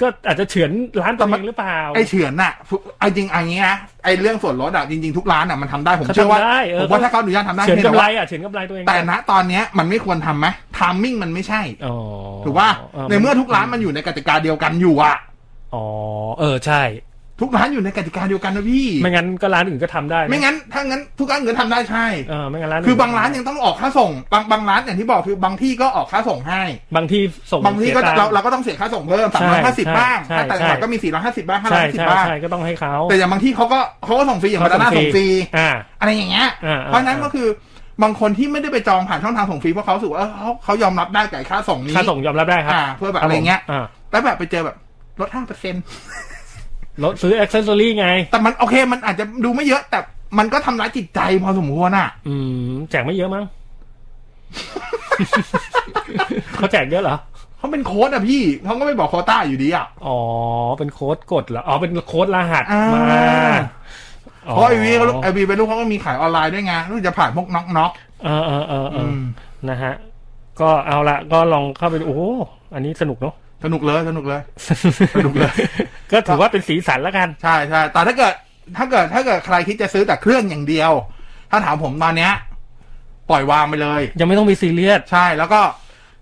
Speaker 3: ก็อาจจะเฉือนร้านตัวเองหรือเปล่า
Speaker 4: ไอเฉือนน่ะฟุไอจริงเอันนี้นะไอเรื่องส่วนลดอ่ะจริงๆทุกร้านอ่ะมันทำได้ผม
Speaker 3: เขา
Speaker 4: เชื่อว่า
Speaker 3: ทำได้เออ
Speaker 4: ผมว่าถ้าเขาอนุญาตทำได้
Speaker 3: เฉือน
Speaker 4: เพียง
Speaker 3: กำ
Speaker 4: แต่
Speaker 3: ไร
Speaker 4: ว่า
Speaker 3: อ่ะเฉือนกำไรตัวเอง
Speaker 4: แต่ณตอนเนี้ยมันไม่ควรทำไหมทามมิ่งมันไม่ใช่
Speaker 3: อ๋อ
Speaker 4: ถูกป่ะ
Speaker 3: ออ
Speaker 4: ในเมื่อทุกร้านมันอยู่ในกติกาเดียวกันอยู่อ่ะ
Speaker 3: อ๋อ เออใช่
Speaker 4: ทุกร้านอยู่ในกติกาเดียวกันนะพี่
Speaker 3: ไม่งั้นก็ร้านอื่นก็ทำได้นะ
Speaker 4: ไม่งั้นถ้างั้นทุกร้านเงินทำได้ใช่
Speaker 3: เออไม่งั้นร้านน
Speaker 4: คือบางร้านยังต้องออกค่าส่ง บางบางร้านอย่างที่บอกคือบางที่ก็ออกค่าส่งให้
Speaker 3: บางที่ส่ง
Speaker 4: บางที่ก็
Speaker 3: สียตัค์
Speaker 4: เราเราก็ต้องเสียค่าส่งเพิ่ม
Speaker 3: ใช่
Speaker 4: สามร้อยห้าสิบ
Speaker 3: ใช่
Speaker 4: บ้าง
Speaker 3: ใช่
Speaker 4: ถ้าแต่ละ
Speaker 3: ใช่
Speaker 4: จังหวัดก็มีสี่ร้อยห้าสิบบ้างห้าร้
Speaker 3: ใช่
Speaker 4: อยสิบ
Speaker 3: ใช่
Speaker 4: บ้าง
Speaker 3: ใช่ก็ต้องให้เขา
Speaker 4: แต่อย่างบางที่เขาก็เขาก็ส่งฟรีอย่างบานาน่าส่งฟรี
Speaker 3: อ่า
Speaker 4: อะไรอย่างเงี้ย
Speaker 3: อ่า
Speaker 4: เพราะฉะนั้น
Speaker 3: อ่า
Speaker 4: ก็คือบางคนที่ไม่ได้ไปจองผ่านช่องทางส่งฟรีเพราะเขารู้สูว่าเออเขาเขายอมรับได้กับไอ้ค่าส่งนี้
Speaker 3: ค่าส่งยอมรับได้ครับ
Speaker 4: อ่า เพื่อแบบอะไรเงี้ย
Speaker 3: อ่า
Speaker 4: แล้วแบบไปเจอแบบลดห้าเปอร์เซ็นต์
Speaker 3: รถซื้ออ็อกเซสซอรี่ไง
Speaker 4: แต่มันโอเคมันอาจจะดูไม่เยอะ แต่มันก็ทำร้ายจิตใจพอสมควรน่ะ
Speaker 3: อืม แจกไม่เยอะมั้ ง เขาแจกเยอะเหรอ
Speaker 4: เขาเป็นโค้ดอะพี่เขาก็ไม่บอกโควต้าอยู่ดีอะ
Speaker 3: อ๋อ เป็นโค้ดกดเหรอ อ๋อ เป็นโค้ดรหัส
Speaker 4: อ่า
Speaker 3: มา
Speaker 4: เพราะไอวีเขาไอวีเป็นลูกเขาก็มีขายออนไลน์ด้วยไงรู้จะผ่านพวกน็อกน็อก
Speaker 3: เออเออเออเอออนะฮะ ก็เอาละก็ลองเข้าไปดูโอ้โหอันนี้สนุกเนาะ
Speaker 4: สนุกเลยสนุกเลย สนุกเลย
Speaker 3: ก็ถือว่าเป็นสีสันแล้วกัน
Speaker 4: ใช่ใช่แต่ถ้าเกิด ถ้าเกิดถ้าเกิดใครคิดจะซื้อแต่เครื่องอย่างเดียว ถ้าถามผมตอนเนี้ย ปล่อยวางไปเลย
Speaker 3: ยังไม่ต้องไปซีเรียส
Speaker 4: ใช่แล้วก็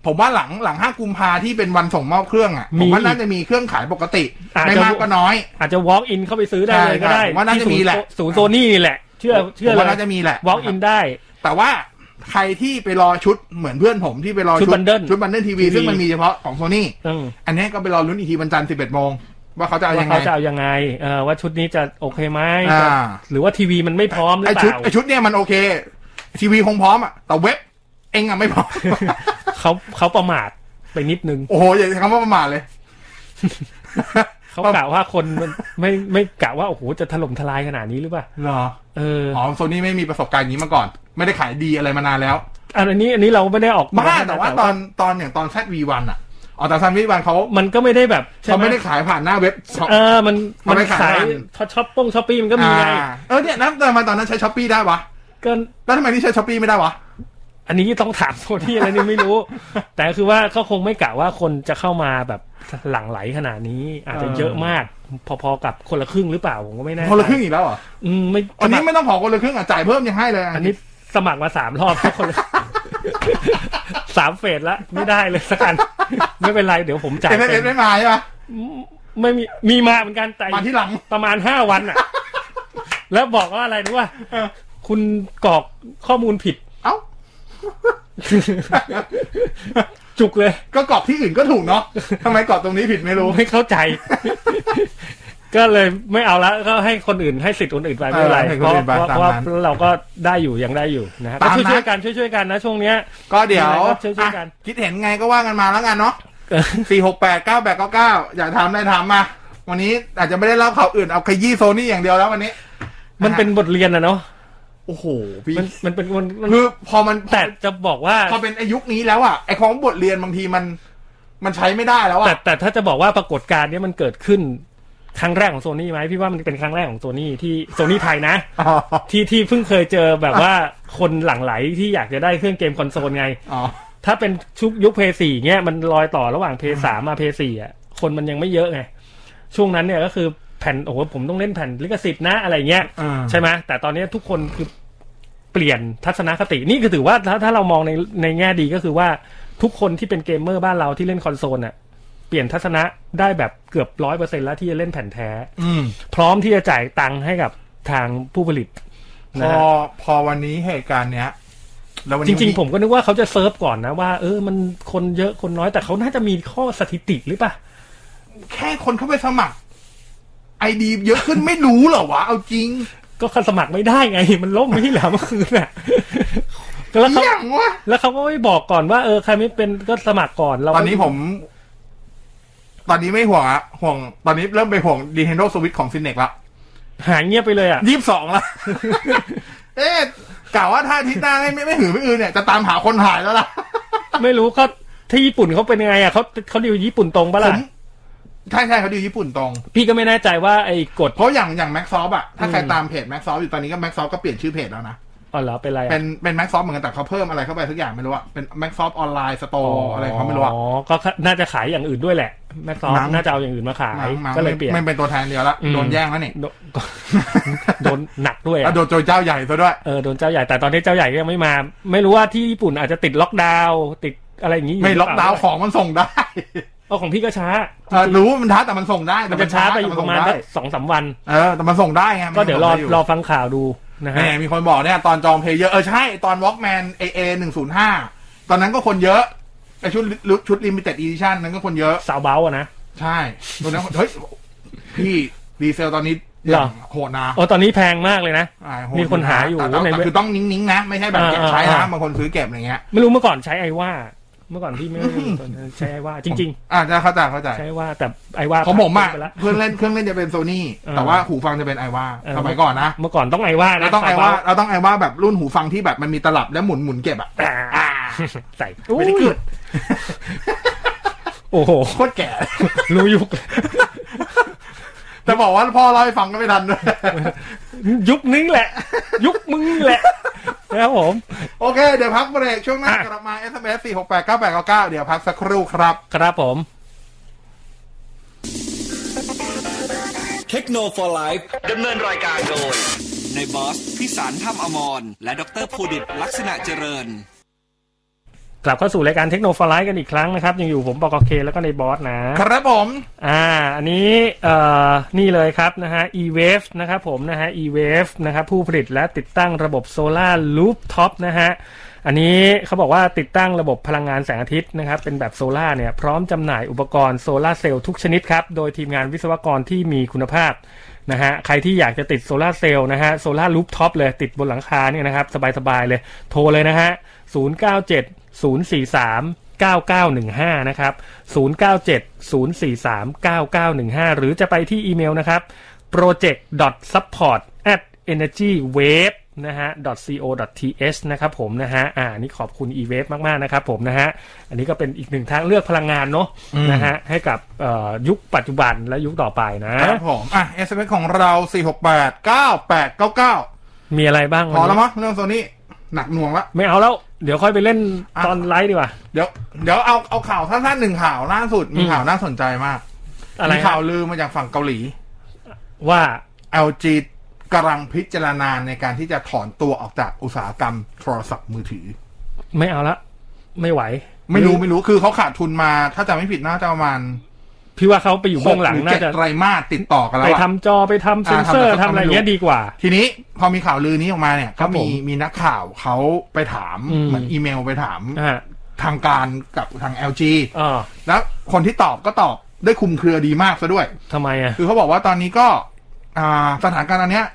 Speaker 4: ผมว่าหลังหลังห้ากุมภาที่เป็นวันส่งมอบเครื่องอ่ะ
Speaker 3: มี
Speaker 4: ผมว่าน่าจะมีเครื่องขายปกติ
Speaker 3: อาจจะ
Speaker 4: ไม่มากก็น้อย
Speaker 3: อาจจะ walk in เข้าไปซื้อได้เลยก็ได้
Speaker 4: ใช่ผมว่าน่าจะมีแหละ
Speaker 3: ศูนย์โซนี่นี่แหละ เชื่อเชื่อ
Speaker 4: ผม
Speaker 3: เล
Speaker 4: ว่าย น่าจะมีแหละ
Speaker 3: walk in ได้
Speaker 4: แต่ว่าใครที่ไปรอชุดเหมือนเพื่อนผมที่ไปรอ
Speaker 3: ชุด bundle
Speaker 4: ชุดบันเดิลทีวี
Speaker 3: TV
Speaker 4: ซึ่งมันมีเฉพาะของโซนี่
Speaker 3: อืม
Speaker 4: อันนี้ก็ไปรอลุ้นอีกทีวันจันทร์สิบเอ็ดโมงว่าเขาจะเอา
Speaker 3: ว่า
Speaker 4: ยังไง
Speaker 3: เขาจะเอายังไงเออว่าชุดนี้จะโอเคไหม
Speaker 4: อ่า
Speaker 3: หรือว่าทีวีมันไม่พร้อมหรื
Speaker 4: ไอ
Speaker 3: อเป
Speaker 4: ชุด
Speaker 3: ล่า
Speaker 4: ไอชุดเนี่ยมันโอเค ทีวีคงพร้อมอ่ะแต่เว็บ เองอ่ะไม่พ ร้อม
Speaker 3: เขาเขาประมาทไปนิดนึง
Speaker 4: โอ้โหอย่าใช้คำว่าประมาทเลย
Speaker 3: เขากะว่าคน มันไม่ไม่กะว่าโอ้โหจะถล่มทลายขนาดนี้หรือเปล่า
Speaker 4: เหรอ
Speaker 3: เออ
Speaker 4: อ๋อโซนี่ไม่มีประสบการณ์อย่างนี้มาก่อน ไม่ได้ขายดีอะไรมานานแล้ว
Speaker 3: อันอันนี้อันนี้เราไม่ได้ออก
Speaker 4: บ้าแต่ว่าตอนตอนอย่างตอนแซดวีวันอ่ะอ๋อแต่แซดวีวันเขา
Speaker 3: มันก็ไม่ได้แบบใช่
Speaker 4: เขา
Speaker 3: ห
Speaker 4: ไม่ได้ขายผ่านหน้าเว็บของ
Speaker 3: เออมัน
Speaker 4: เขา
Speaker 3: มั
Speaker 4: ไม่
Speaker 3: นขา
Speaker 4: ขาย
Speaker 3: ย
Speaker 4: มัน
Speaker 3: ช็อปป้งช็อปปี้มันก็มีไง
Speaker 4: อ่าเออเนี่ยนะแต่ทำไมตอนนั้นใช้ช้อปปี้ได้วะ
Speaker 3: ก็
Speaker 4: แล้วทำไมนี่ใช้ช้อปปี้ไม่ได้วะ
Speaker 3: ไอ อันนี้ต้องถามโซนี่แล้วนี่ไม่รู้ แต่คือว่าเขาคงไม่กะว่าคนจะเข้ามาแบบหลั่งไหลขนาดนี้ อาจจะเยอะมาก พอๆกับคนละครึ่งหรือเปล่าผมก็ไม่แน่
Speaker 4: คนละครึ่งอีกแล้วเหรอ่ะ
Speaker 3: อืมไม่
Speaker 4: อันนี้ไม่ต้องขอคนละครึ่งอ่ะจ่ายเพิ่มยังให้เลยะ
Speaker 3: อันนี้สมัครมาสามรอบทุกคนละ สามเฟสละไม่ได้เลยสักอัน ไม่เป็นไรเดี๋ยวผมจ่าย
Speaker 4: เอ็มเอ
Speaker 3: เต็
Speaker 4: ส
Speaker 3: ม
Speaker 4: ไม่มาใช่ปะ
Speaker 3: ไม่มีมีมาเหมือนกันแต่
Speaker 4: มาที่หลัง
Speaker 3: ประมาณห้าวันอ่ะ แล้วบอกว่าอะไรรู้ว่า
Speaker 4: เออ
Speaker 3: คุณกรอกข้อมูลผิด
Speaker 4: เอ้า
Speaker 3: จุกเลย
Speaker 4: ก็กรอบที่อื่นก็ถูกเนาะทำไมกรอบตรงนี้ผิดไม่รู้
Speaker 3: ไม่เข้าใจ ก็เลยไม่เอาละก็ให้คนอื่นให้สิทธิ์คนอื่นไปไม่เป็นไร
Speaker 4: เออให้
Speaker 3: เพ
Speaker 4: คน
Speaker 3: ราะ
Speaker 4: อื่นไป
Speaker 3: เพราะ
Speaker 4: ตาม
Speaker 3: เพราะ
Speaker 4: นั้น
Speaker 3: เราก็ได้อยู่ยังได้อยู่นะฮะ
Speaker 4: ตามนั้น
Speaker 3: ช่วยช่วยๆกันช่วยช่วยๆกันนะช่วงเนี้ย
Speaker 4: ก็เดี๋ยว
Speaker 3: ยังไงก็ช่วยๆกัน
Speaker 4: อ่ะคิดเห็นไงก็ว่ากันมาแล้วกันเนาะสี่หกแปดเก้าแปดเก้าเก้าอยากถามอะไรถามมา วันนี้อาจจะไม่ได้เล่าข่าวอื่นเอาขยี้โซนี่อย่างเดียวแล้ววันนี้
Speaker 3: มันเป็นบทเรียนนะเนาะ
Speaker 4: โอ้โหพี่
Speaker 3: มันมันเป็นมันมัน
Speaker 4: คือพอมัน
Speaker 3: แต่จะบอกว่า
Speaker 4: พอเป็นอายุคนี้แล้วอ่ะไอของบทเรียนบางทีมัน มันใช้ไม่ได้แล้ว
Speaker 3: แต่
Speaker 4: อ่ะ
Speaker 3: แต่ถ้าจะบอกว่าปรากฏการณ์เนี้ยมันเกิดขึ้น ครั้งแรกของโซนี่ไหมพี่ว่ามันเป็นครั้งแรกของโซนี่ที่โซนี่ไทยนะ ที่ที่เพิ่งเคยเจอแบบว่าคนหลั่งไหลที่อยากจะได้เครื่องเกมคอนโซลไง
Speaker 4: อ๋อ
Speaker 3: ถ้าเป็นชุกยุคเพย์สี่เงี้ยมันรอยต่อระหว่างเพย์สามมาเพย์สี่อ่ะคนมันยังไม่เยอะไง ช่วงนั้นเนี่ยก็คือแผ่นโอ้โหผมต้องเล่นแผ่นลิขสิทธิ์นะอะไรเงี้ย
Speaker 4: อ่า
Speaker 3: ใช่ไหมแต่ตอนนี้ทุกคนคือเปลี่ยนทัศนคตินี่ก็ถือว่าถ้าถ้าเรามองในในแง่ดีก็คือว่าทุกคนที่เป็นเกมเมอร์บ้านเราที่เล่นคอนโซลน่ะเปลี่ยนทัศนะได้แบบเกือบร้อยเปอร์เซ็นแล้วที่จะเล่นแผ่นแท้
Speaker 4: อืม
Speaker 3: พร้อมที่จะจ่ายตังค์ให้กับทางผู้ผลิต
Speaker 4: พ
Speaker 3: นะ
Speaker 4: อ
Speaker 3: ฮะ
Speaker 4: พอวันนี้เหตุการณ์เนี้ย แล้ววัน
Speaker 3: จ
Speaker 4: นี้
Speaker 3: ริงๆ ผมก็นึกว่าเขาจะเซิร์ฟก่อนนะว่าเออมันคนเยอะคนน้อยแต่เขาน่าจะมีข้อสถิติหรือเปล่า
Speaker 4: แค่คนเข้าไปสมัคร ไอดีเยอะขึ้นไม่รู้เหรอวะเอาจริง
Speaker 3: ก็คันสมัครไม่ได้ไง มันล่มไม่ใช่เหรอเมื่อคืน น่ะแล้วเขา
Speaker 4: เยี่ยงวะ
Speaker 3: แล้วเขาก็ไม่บอกก่อนว่าเออใครไม่เป็นก็สมัครก่อนเรา
Speaker 4: ตอนนี้ผม ตอนนี้ไม่ห่วงอะห่วง ตอนนี้เริ่มไปห่วง Nintendo Switch ของ Cinect ละ
Speaker 3: หายเงียบไปเลยอ่ะ
Speaker 4: ยี่สิบสองละ เอ๊ะกล่าวว่าถ้าอาทิตย์หน้าไม่ไม่ไม่หือไม่อือเนี่ย จะตามหาคนหายแล้วล่ะ
Speaker 3: ไม่รู้เขาที่ญี่ปุ่นเขาเป็นยังไงอ่ะเขาเขาดิวญี่ปุ่นตรงปะ
Speaker 4: ผ
Speaker 3: ล่ะ
Speaker 4: มใช่ใช่เขาดูญี่ปุ่นตรง
Speaker 3: พี่ก็ไม่แน่ใจว่าไอ้กฎ
Speaker 4: เพราะอย่างอย่างแม็กซอฟอะถ้าใครตามเพจแม็กซอฟอยู่ตอนนี้ก็แม็กซอฟก็เปลี่ยนชื่อเพจแล้วนะ
Speaker 3: อ๋อเหรอเป็นอะไรอะ
Speaker 4: เป็นเป็นแม็กซอฟเหมือนกันแต่เขาเพิ่มอะไรเข้าไปทุกอย่างไม่รู้อะเป็นแม็กซอฟออนไลน์สโตร์อะไรเขาไม่รู้อะ
Speaker 3: อ๋อก็น่าจะขายอย่างอื่นด้วยแหละแม็กซอฟ
Speaker 4: มั้ง
Speaker 3: น่าจะเอาอย่างอื่นมาขาย
Speaker 4: มั้งมั้ง
Speaker 3: ก็เลยเปลี่ยน
Speaker 4: ไม่เป็นตัวแทนเดียวละ
Speaker 3: อืม
Speaker 4: โดนแย่งแล้วนี่
Speaker 3: โดน โดนหนักด้วยอะ
Speaker 4: แล้วโดนโจยเจ้าใหญ่ซะด้วย
Speaker 3: เออโดนเจ้าใหญ่แต่ตอนนี้เจ้าใหญ่ก็ยังไม่มา ไม่รู้ว่าที่ญี่ปุ่นอาจจะติดล็อกดาวน์ติดอะไรอย่างนี้ยู่
Speaker 4: ไม่
Speaker 3: หรื
Speaker 4: ล็อ
Speaker 3: เป
Speaker 4: กดาวน์ของมันส่งได้
Speaker 3: เอาของพี่ก็ช้า
Speaker 4: เออรู้ว่ามันช้าแต่มันส่งได้
Speaker 3: มัน
Speaker 4: แต่
Speaker 3: จะช้าไปอยู่
Speaker 4: แต่
Speaker 3: ป
Speaker 4: ส่
Speaker 3: ระ
Speaker 4: ง
Speaker 3: มาณ
Speaker 4: ได้
Speaker 3: สักสองสามวัน
Speaker 4: เออแต่มันส่งได้ไง
Speaker 3: ก็เดี๋ยวรอ
Speaker 4: มันส่งไ
Speaker 3: รอฟังข่าวดูนะฮะ
Speaker 4: เนี่ยมีคนบอกเนี่ยตอนจองเพลเยอร์เออใช่ตอนวอล์กแมนเอเอหนึ่งศูนย์ห้าตอนนั้นก็คนเยอะไอชุดชุดลิมิเต็ดอีดิชั่นนั้นก็คนเยอะ
Speaker 3: สาวเบ้าอะนะ
Speaker 4: ใช่ตอนนั้นเฮ้ยพี่ดีเซลตอนนี้
Speaker 3: เหรอ
Speaker 4: โหดนะ
Speaker 3: โอ้ตอนนี้แพงมากเลยนะ
Speaker 4: อ่าโหด
Speaker 3: มีคนหาอยู่
Speaker 4: แต่ต้อง
Speaker 3: ในเว็บ
Speaker 4: คือต้องนิ่งๆนะ ไม่ใช่แบบเก็บใช้
Speaker 3: อ่า
Speaker 4: นะ
Speaker 3: อ่า
Speaker 4: บางคนซื้อเก็บอะไรเงี้ย
Speaker 3: ไม่รู้เมื่อก่อนใช้ไอว่า เมื่อก่อนพี่ไม่ใช้ไอว่า จริง
Speaker 4: อ่าจะเข้าใจเข้าใจ
Speaker 3: ๆ ใช้ไอว่าแต่ไอว่า
Speaker 4: ของผมอะ
Speaker 3: ไปละ
Speaker 4: เครื่องเล่นเครื่องเล่นจะเป็นโซนี่
Speaker 3: เออ
Speaker 4: แต่ว่าหูฟังจะเป็นไอว่า
Speaker 3: เออ
Speaker 4: สมัยก่อนนะ
Speaker 3: เมื่อก่อนต้องไอว่านะ
Speaker 4: เราต้องไอว่า
Speaker 3: สเบ้
Speaker 4: เราต้องไอว่าแบบรุ่นหูฟังที่แบบมันมีตลับแล้วหมุนหมุนเก็บอะ
Speaker 3: อ่า
Speaker 4: อ่า
Speaker 3: ใส่
Speaker 4: ไม่ได้เกิด
Speaker 3: โอ้โห
Speaker 4: โคตรแก่
Speaker 3: รู้ยุค
Speaker 4: แต่บอกว่าพ่อเล่าให้ฟังก็ไม่ทัน ด้วย
Speaker 3: ยุคนึงแหละ ยุคมึงแหละนะครับผม
Speaker 4: โอเค เดี๋ยวพักเบรกช่วงหน้า
Speaker 3: อ่ะ
Speaker 4: กลับมา SMS 4 6 8 9 8 9 9 เดี๋ยวพักสักครู่ครับ
Speaker 3: ครับผม
Speaker 1: เทคโนโลยีไลฟ์ดำเนินรายการโดย ในบอสพิสารถ้ำอมรและดรภูดิตลักษณะเจริญ
Speaker 3: กลับเข้าสู่รายการเทคโนโลยีกันอีกครั้งนะครับ ยังอยู่ผมบอกเคแล้วก็ในบอสนะ
Speaker 4: ครับผม
Speaker 3: อ่า อันนี้เอ่อนี่เลยครับนะฮะ e-wave นะครับผมนะฮะ e-wave นะครับผู้ผลิตและติดตั้งระบบโซลาร์ลูฟท็อปนะฮะ อันนี้เขาบอกว่าติดตั้งระบบพลังงานแสงอาทิตย์นะครับ เป็นแบบโซลาร์เนี่ยพร้อมจำหน่ายอุปกรณ์โซลาร์เซลล์ทุกชนิดครับ โดยทีมงานวิศวกรที่มีคุณภาพนะฮะ ใครที่อยากจะติดโซลาร์เซลล์นะฮะโซลาร์ลูฟท็อปเลยติดบนหลังคาเนี่ยนะครับ สบายๆเลย โทรเลยนะฮะ 097 043 9915 นะครับ 0970439915 หรือจะไปที่อีเมลนะครับ project support at energy wave นะฮะ co th นะครับผมนะฮะ อ่า นี่ขอบคุณ e wave มาก ๆ นะครับผมนะฮะ อันนี้ก็เป็นอีกหนึ่งทางเลือกพลังงานเนาะนะฮะ ให้กับเอ่อยุคปัจจุบันและยุคต่อไปนะ
Speaker 4: ครับผม อ่ะ SMS ของเรา 4 6 8 9 8 9 9
Speaker 3: มีอะไรบ้าง
Speaker 4: พอแล้ว
Speaker 3: นนี้
Speaker 4: มั้งเรื่องโซนี่หนักหน่วงละ
Speaker 3: ไม่เอาแล้ว เดี๋ยวค่อยไปเล่นตอนไลฟ์ดีกว่า
Speaker 4: เดี๋ยวเดี๋ยวเอาเอาข่าวสั้นๆหนึ่งข่าวล่าสุดมีข่าวน่าสนใจมาก
Speaker 3: อะไร
Speaker 4: มี
Speaker 3: ครั
Speaker 4: ข่า
Speaker 3: บ
Speaker 4: วลือมาจากฝั่งเกาหลี
Speaker 3: ว่า
Speaker 4: LG กำลังพิจารณาในการที่จะถอนตัวออกจากอุตสาหกรรมโทรศัพท์มือถือ
Speaker 3: ไม่เอาละไม่ไหว
Speaker 4: ไม่รู้ไม่รู้คือเขาขาดทุนมา ถ้าจำไม่ผิดน่าจะประมาณ
Speaker 3: พี่ว่าเขาไปอยู่เบื้องหลัง
Speaker 4: รื
Speaker 3: น่า
Speaker 4: เจ็ด
Speaker 3: จะ
Speaker 4: ไตรมาสติดต่อกันแล้ว
Speaker 3: ไป
Speaker 4: อะ
Speaker 3: ทำจอไปทำเซ็นเซอร์
Speaker 4: อ่าทำ
Speaker 3: ทำอะไรอย่างเงี้ย
Speaker 4: ทำ
Speaker 3: ดีกว่า
Speaker 4: ทีนี้พอมีข่าวลือนี้ออกมาเนี่ย
Speaker 3: ครั
Speaker 4: ก็
Speaker 3: บผ
Speaker 4: มี
Speaker 3: ม
Speaker 4: มีนักข่าวเขาไปถาม
Speaker 3: อืม
Speaker 4: เหมือนอีเมลไปถาม
Speaker 3: อ่า
Speaker 4: ทางการกับทาง LG
Speaker 3: อ๋อ
Speaker 4: แล้วคนที่ตอบก็ตอบได้คลุมเครือดีมากซะด้วย
Speaker 3: ทำไมอ่ะ
Speaker 4: คือเขาบอกว่าตอนนี้ก็อ่าสถานการณ์ตอนเนี้ย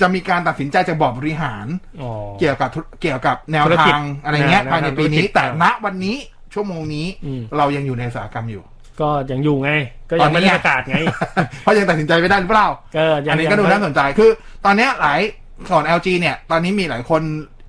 Speaker 4: จะมีการตัดสินใจจากบอร์ดบริหาร
Speaker 3: อ๋อ
Speaker 4: เกี่ยวกับธุรเกี่ยวกับแนว
Speaker 3: ธุรกิจ
Speaker 4: ทางอะไรเงี้ย
Speaker 3: แนว
Speaker 4: ภายใน
Speaker 3: ทาง
Speaker 4: ปี
Speaker 3: ธุรกิ
Speaker 4: นี้
Speaker 3: จ
Speaker 4: แต่ณวันนี้ชั่วโมงนี้
Speaker 3: อืม
Speaker 4: เรายังอยู่ในอุตสาหกรรมอยู่
Speaker 3: ก็ยังอยู่ไง ก็ยังไม่ได้ประกาศไง
Speaker 4: เพราะยังตัดสินใจไม่ได้หรือเปล่า
Speaker 3: ก็ยัง
Speaker 4: อันนี้ก็ดูน่าสนใจ คือ ตอนเนี้ยหลายส่วน LG เนี่ย ตอนนี้มีหลายคน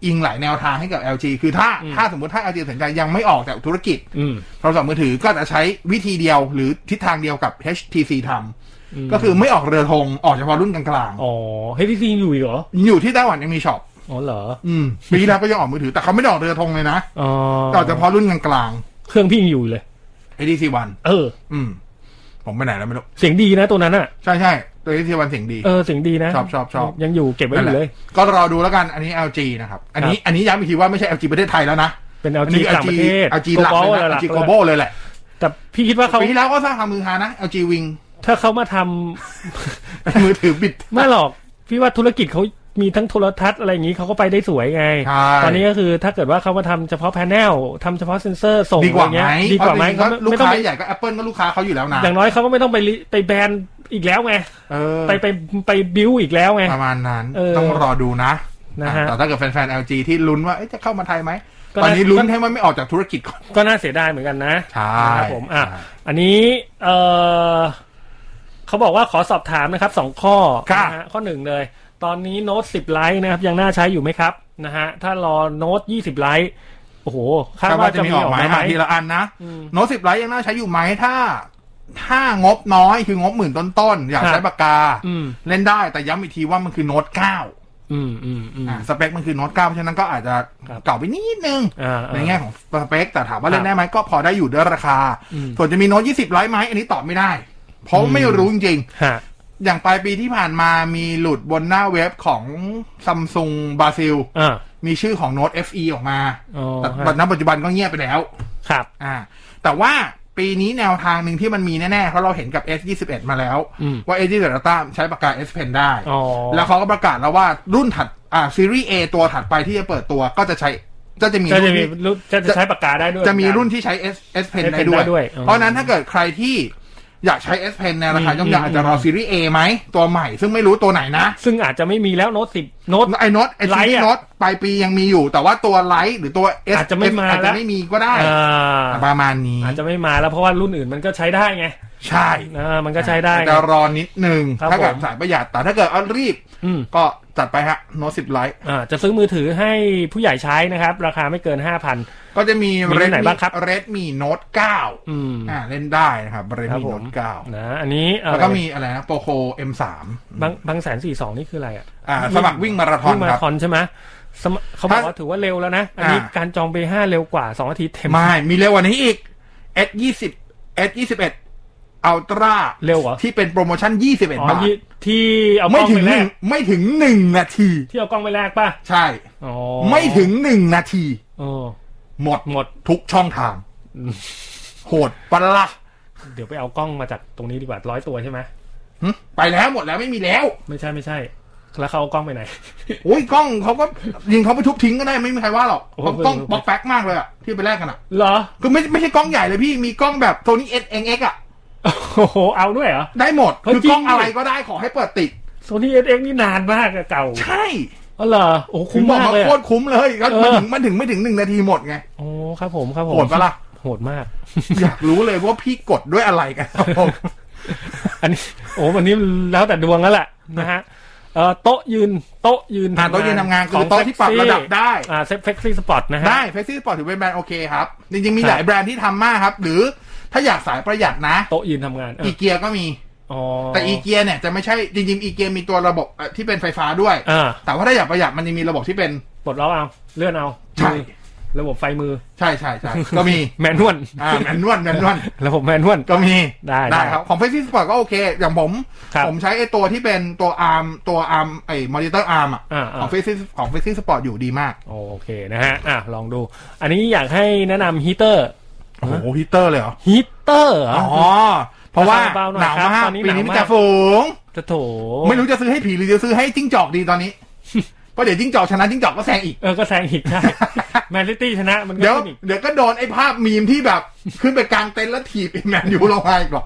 Speaker 4: อิงหลายแนวทางให้กับ LG คือถ้าถ้าสมมติถ้า LG ตัดสินใจยังไม่ออกจากธุรกิจ
Speaker 3: อืม
Speaker 4: โทรศัพท์มือถือก็จะใช้วิธีเดียวหรือทิศทางเดียวกับ HTC ท
Speaker 3: อืม
Speaker 4: ำก็คือไม่ออกเรือธงออกเฉพาะรุ่นกลาง
Speaker 3: อ๋อเฮ้ยพี่ซีอยู่อีกเหรอ
Speaker 4: ๆอยู่ที่ไต้หวันยังมีช็อป
Speaker 3: อ๋อเหรอ
Speaker 4: อืมปีที่แล้วก็ยังออกมือถือแต่เขาไม่ได้ออกเรือธงเลยนะ
Speaker 3: อ๋อ
Speaker 4: ออกเฉพาะรุ่นกลาง
Speaker 3: เครื่องพี่ยังอยู่เลย
Speaker 4: ๆ HTC One
Speaker 3: เออ
Speaker 4: อืม ผมไปไหนแล้วไม่รู้
Speaker 3: เสียงดีนะตัวนั้นอ่ะ
Speaker 4: ใช่ใช่ๆตัว HTC One เสียงดี
Speaker 3: เออเสียงดีนะ
Speaker 4: ชอบชอบชอบ
Speaker 3: ยังอยู่เก็บไว้
Speaker 4: นั่
Speaker 3: อน
Speaker 4: แห
Speaker 3: ยู่เลย
Speaker 4: ละก็รอดูแล้วกันอันนี้ LG นะครับ อันนี้อันนี้ย้ำอีกทีว่าไม่ใช่ LG ประเทศไทยแล้วนะ
Speaker 3: เป็น
Speaker 4: อัน
Speaker 3: LG
Speaker 4: นี้
Speaker 3: ต่างป
Speaker 4: LG
Speaker 3: ระเทศ
Speaker 4: LG หลักเลย
Speaker 3: Global
Speaker 4: นะ
Speaker 3: หลัก
Speaker 4: LG Global เลยแหละ
Speaker 3: แต่พี่คิดว่าเขา
Speaker 4: ปีที่แล้วก็สร้างความมือฮานะ LG Wing
Speaker 3: ถ้าเขามาทำ
Speaker 4: มือถือบิด
Speaker 3: ไม่หรอก พี่ว่าธุรกิจเขามีทั้งโทรทัศน์อะไรอย่างนี้เขาก็ไปได้สวยไง
Speaker 4: ใช่
Speaker 3: ตอนนี้ก็คือถ้าเกิดว่าเขามาทำเฉพาะแผงทำเฉพาะเซ็นเซอร์ส่ง
Speaker 4: ดีกว่า
Speaker 3: อะไร
Speaker 4: ไหม
Speaker 3: เงี้ยดีกว่าไหม
Speaker 4: เพระจริงๆลูก
Speaker 3: ไม่ต้อง
Speaker 4: ค้า
Speaker 3: ไป
Speaker 4: ใหญ่ก็ Apple ก็ลูกค้าเขาอยู่แล้วนะ
Speaker 3: อย่างน้อยเขาก็ไม่ต้องไปลิไปแบนอีกแล้วไง
Speaker 4: เออ
Speaker 3: ไปไปไปบิวอีกแล้วไง
Speaker 4: ประมาณนั้น
Speaker 3: เออ
Speaker 4: ต้องรอดูนะ
Speaker 3: นะฮะ
Speaker 4: อ่ะแต่ถ้าเกิดแฟนๆ LG ที่ลุ้นว่าเอ๊ะจะเข้ามาไทยไหม
Speaker 3: ก็
Speaker 4: ตอนนี้
Speaker 3: น่า
Speaker 4: ลุ้นให้มันไม่ออกจากธุรกิจก่อน
Speaker 3: ก็น่าเสียดายเหมือนกันนะ
Speaker 4: ใช่
Speaker 3: นะครับผมอ่ะ
Speaker 4: ใช่
Speaker 3: อันนี้เออเขาบอกว่าขอสอบถามนะครับสองข้อ
Speaker 4: ครับ
Speaker 3: นะฮะข้อหนึ่งเลย ตอนนี้โน้ตสิบไลท์นะครับ ยังน่าใช้อยู่ไหมครับนะฮะถ้ารอโน้ตยี่สิบไลท์โอ้โหคาด
Speaker 4: คาด
Speaker 3: ว่า
Speaker 4: ว่า
Speaker 3: จะ
Speaker 4: จะ
Speaker 3: มี
Speaker 4: มี
Speaker 3: อ
Speaker 4: อ
Speaker 3: อ
Speaker 4: อก ก
Speaker 3: มาม
Speaker 4: หาย
Speaker 3: ไหม
Speaker 4: มาทีละอันนะ
Speaker 3: อืม
Speaker 4: โน้ตสิบไลท์ยังน่าใช้อยู่ไหมถ้า ถ้างบน้อยคืองบหมื่นต้นๆอยาก
Speaker 3: ครับ
Speaker 4: ใช้ปากกา
Speaker 3: อืม
Speaker 4: เล่นได้แต่ย้ำอีกทีว่ามันคือโน้ตเก้า
Speaker 3: อืมอืมอืม
Speaker 4: อ่าสเปคมันคือโน้ตเก้าเพราะฉะนั้นก็อาจจะ
Speaker 3: ครับ
Speaker 4: เก่าไปนิดนึง
Speaker 3: อ่าๆ
Speaker 4: ในแง่ของสเปคแต่ถาม
Speaker 3: ครั
Speaker 4: ว่า
Speaker 3: บ
Speaker 4: เล่นได้ไหมก็พอได้อยู่ด้วยราคา
Speaker 3: อืม
Speaker 4: ส่วนจะมีโน้ตยี่สิบไลท์ไหมอันนี้ตอบไม่ได้ เพราะไม่รู้จริง
Speaker 3: ฮะ
Speaker 4: ๆ อย่างปลายปีที่ผ่านมามีหลุดบนหน้าเว็บของซัมซุงบราซิล
Speaker 3: อ่า
Speaker 4: มีชื่อของโน้ต FE ออกมา
Speaker 3: อ๋อ
Speaker 4: แต่
Speaker 3: ฮะ
Speaker 4: ณปัจจุบันก็เงียบไปแล้ว
Speaker 3: ครับ
Speaker 4: อ่าแต่ว่าปีนี้แนวทางหนึ่งที่มันมีแน่ๆเพราะเราเห็นกับ S21 มาแล้ว
Speaker 3: อืม
Speaker 4: ว่า S21 Ultra ใช้ปากกา S Pen ได้
Speaker 3: อ๋อ
Speaker 4: แล้วเขาก็ประกาศแล้วว่ารุ่นถัดอ่าซีรีส์ A ตัวถัดไปที่จะเปิดตัวก็จะใช้ก็จะมี
Speaker 3: ก็จะ
Speaker 4: รุ่น
Speaker 3: มี
Speaker 4: ที่
Speaker 3: รุ่นจะจะใช้ปากกาได้ด้วย
Speaker 4: จะมีรุ่นที่ใช้ S S Pen
Speaker 3: S Pen
Speaker 4: ได้ด้วย
Speaker 3: ได้ด้วยอ๋อ
Speaker 4: เพราะฉะนั้นถ้าเกิดใครที่อยากใช้ S Pen ในราคา
Speaker 3: อืม
Speaker 4: ย่อมเยา
Speaker 3: อืม
Speaker 4: อาจจะรอซีรีส์ A ไหม ตัวใหม่ซึ่งไม่รู้ตัวไหนนะ
Speaker 3: ซึ่งอาจจะไม่มีแล้วโน้ตสิบโน้ต
Speaker 4: ไอ้โน็อตไอ้ซีรี
Speaker 3: Lite อะ
Speaker 4: ส์โน็อตปลายปียังมีอยู่ แต่ว่าตัวไลท์หรือตัว S
Speaker 3: อาจจะไม่มา
Speaker 4: อาจ
Speaker 3: แล้
Speaker 4: จะ
Speaker 3: ว
Speaker 4: ไม่มีก็ได้
Speaker 3: อ่า
Speaker 4: ประมาณนี้
Speaker 3: อาจจะไม่มาแล้วเพราะว่ารุ่นอื่นมันก็ใช้ได้ไง
Speaker 4: ใช่
Speaker 3: อ่ามันก็ใช้ได้ไง
Speaker 4: จะรอนิดนึง
Speaker 3: ครับ
Speaker 4: ถ้าเกิด
Speaker 3: ผม
Speaker 4: สายประหยัดแต่ถ้าเกิดเอารีบ
Speaker 3: อืม
Speaker 4: ก็จัดไปฮะโน้ตสิบไลท์
Speaker 3: อ่าจะซื้อมือถือให้ผู้ใหญ่ใช้นะครับ ราคาไม่เกินห้าพัน
Speaker 4: ก็จะมี
Speaker 3: มีรุ่นไหนบ้างครับ
Speaker 4: เรดมีโน้ตเก้า
Speaker 3: อืม
Speaker 4: อ่าเล่นได้นะครับเรด
Speaker 3: ครับ
Speaker 4: มี
Speaker 3: ผม
Speaker 4: โน้ตเก้า
Speaker 3: นะอันนี้อะ
Speaker 4: แล้ว
Speaker 3: ไร
Speaker 4: ก็มีอะไรนะโปโคเอ็มสาม
Speaker 3: บางบางแสนสี่สองนี่คืออะไรอ่ะ
Speaker 4: อ่าสมัครวิ่งมาราธอ
Speaker 3: วิ่
Speaker 4: น
Speaker 3: งมา
Speaker 4: ค
Speaker 3: รา
Speaker 4: รับ
Speaker 3: ธอนใช่ไหมสมเขาบอก
Speaker 4: ถ้า
Speaker 3: ว่าถือว่าเร็วแล้วนะ อันนี้
Speaker 4: อ่า
Speaker 3: การจองไปห้าเร็วกว่าสองอาทิตย์เต็ม
Speaker 4: ไม่มีเร็วกว่านี้อีก S ยี่สิบ S ยี่สิบเอ็ดอัลตร้า
Speaker 3: เร็วเหรอ
Speaker 4: ที่เป็นโปรโมชั่นยี่สิบเอ็
Speaker 3: อ๋อบ
Speaker 4: ดาท
Speaker 3: ที่ที่เอาก
Speaker 4: ไม่
Speaker 3: ล้อง
Speaker 4: ถึ
Speaker 3: ไป
Speaker 4: งห
Speaker 3: แลก
Speaker 4: นึ่งไม่ถึงหนึ่งนาที
Speaker 3: ที่เอากล้องไปแลกป่ะ
Speaker 4: ใช่
Speaker 3: อ๋อ
Speaker 4: ไม่ถึงหนึ่งนาที
Speaker 3: เออ
Speaker 4: หมด
Speaker 3: หมด
Speaker 4: ทุกช่องทาง
Speaker 3: อืม
Speaker 4: โหดปะละ
Speaker 3: เดี๋ยวไปเอากล้องมาจากตรงนี้ดีกว่าร้อยตัวใช่ไหม
Speaker 4: หึไปแล้วหมดแล้วไม่มีแล้ว
Speaker 3: ไม่ใช่ไม่ใช่ แล้วเขาเอากล้องไปไหน
Speaker 4: โอ้ยกล้องเขาก็ยิงเขาไปทุบทิ้งก็ได้ไม่มีใครว่าหรอก
Speaker 3: โอ้โห
Speaker 4: เพราะกล้องบล็อกแฟกมากเลยอะที่ไปแลกกันอะ
Speaker 3: เหรอ
Speaker 4: คือไม่ไม่ใช่กล้องใหญ่เลยพี่มีกล้องแบบโซนี่เอ็เอ็เอ็กอะ
Speaker 3: โอ้โหเอาด้วยเหรอ
Speaker 4: ได้หมด
Speaker 3: เฮ้ย
Speaker 4: คือกล้อง
Speaker 3: จริงดิ
Speaker 4: อะไรก็ได้ขอให้เปิดติด
Speaker 3: โซนี่เอสเอ็กนี่นานมากอะเก่า
Speaker 4: ใช่
Speaker 3: อ๋อเหรอโอ้โหคุ้ม
Speaker 4: ผบอก
Speaker 3: มาก
Speaker 4: ว่า
Speaker 3: เลย
Speaker 4: โค
Speaker 3: อะ
Speaker 4: ตรคุ้มเลยแล้ว
Speaker 3: เอ
Speaker 4: มัน
Speaker 3: อ
Speaker 4: ถึงมันถึงไม่ถึงหนึ่งนาทีหมดไง
Speaker 3: โอ้ครับผมครับผม
Speaker 4: โหดปะล่ะ
Speaker 3: โหดมาก
Speaker 4: อยากรู้เลยว่าพี่กดด้วยอะไรกันครับผม
Speaker 3: อันนี้ โอ้วันนี้แล้วแต่ดวงแล้วแหละนะฮะเอ่อโต๊ะยืนโต๊ะ ยืน
Speaker 4: อ่านโต๊ะยืนทำงานคือโต๊ะที่ปรับระดับได้
Speaker 3: อ่าเซฟเฟกซี่สปอตนะฮะ
Speaker 4: ได้เฟซซี่สปอร์ตถือเป็นแบรนด์โอเคครับจริงๆมี
Speaker 3: ครับ
Speaker 4: หลายแบรนด์ที่ทำมากครับ หรือถ้าอยากสายประหยัดนะ
Speaker 3: โต๊ะยืนทำงานเออ
Speaker 4: อีเกียก็มี
Speaker 3: อ๋อ
Speaker 4: แต่อีเกียเนี่ยจะไม่ใช่จริงๆอีเกียมีตัวระบบเอ่อที่เป็นไฟฟ้าด้วย
Speaker 3: อ่า
Speaker 4: แต่ว่าถ้าอยากประหยัดมันจะมีระบบที่เป็น
Speaker 3: ปลดล็อกเอาเลื่อนเอา
Speaker 4: ใช่
Speaker 3: มือ ระบบไฟมือ
Speaker 4: ใช่ใช่ใช่ ก็มี
Speaker 3: แมนนวล
Speaker 4: อ่าแมนนวลแมนนว ล
Speaker 3: ระบบแมนนวล
Speaker 4: ก็มี
Speaker 3: ได้
Speaker 4: ได้
Speaker 3: ได้
Speaker 4: ครับ ของ Face Sport ก็โอเค อย่างผม
Speaker 3: ครับ
Speaker 4: ผมใช้ไอตัวที่เป็นตัวอาร์มตัวอาร์มไอมอนิเตอร์อาร์มอ่ะ
Speaker 3: อ่าๆ
Speaker 4: ของ Face ของ Face Sport อยู่ดีมาก
Speaker 3: โอเคนะฮะอ่ะลองดู อันนี้อยากให้แนะนำฮีเตอร์
Speaker 4: โอ้โหฮีเตอร์เลยเหรอ
Speaker 3: ฮีเตอร์เหรอ
Speaker 4: อ๋อ เพราะว่า
Speaker 3: เบาๆหน่อย
Speaker 4: หนาว
Speaker 3: ครับ
Speaker 4: มาก
Speaker 3: ตอนนี้
Speaker 4: ปีนี้
Speaker 3: หนาว
Speaker 4: มี
Speaker 3: มาก
Speaker 4: แต่ฝูง
Speaker 3: จะโถ
Speaker 4: ไม่รู้จะซื้อให้ผีหรือจะซื้อให้จิ้งจอกดีตอน นี้ เพราะเดี๋ยวจิ้งจอกชนะจิ้งจอกก็แซงอีก
Speaker 3: เออก็แซงอีก ได้ แมนซิตี้ชนะมันก็
Speaker 4: เดี๋ยว
Speaker 3: ขึ้นอีก
Speaker 4: เดี๋ยวก็โดนไอ้ภาพมีมที่แบบ ขึ้นไปกลางเต็นท์แล้วถีบไอ้แมนยูลงมาอีก หรอก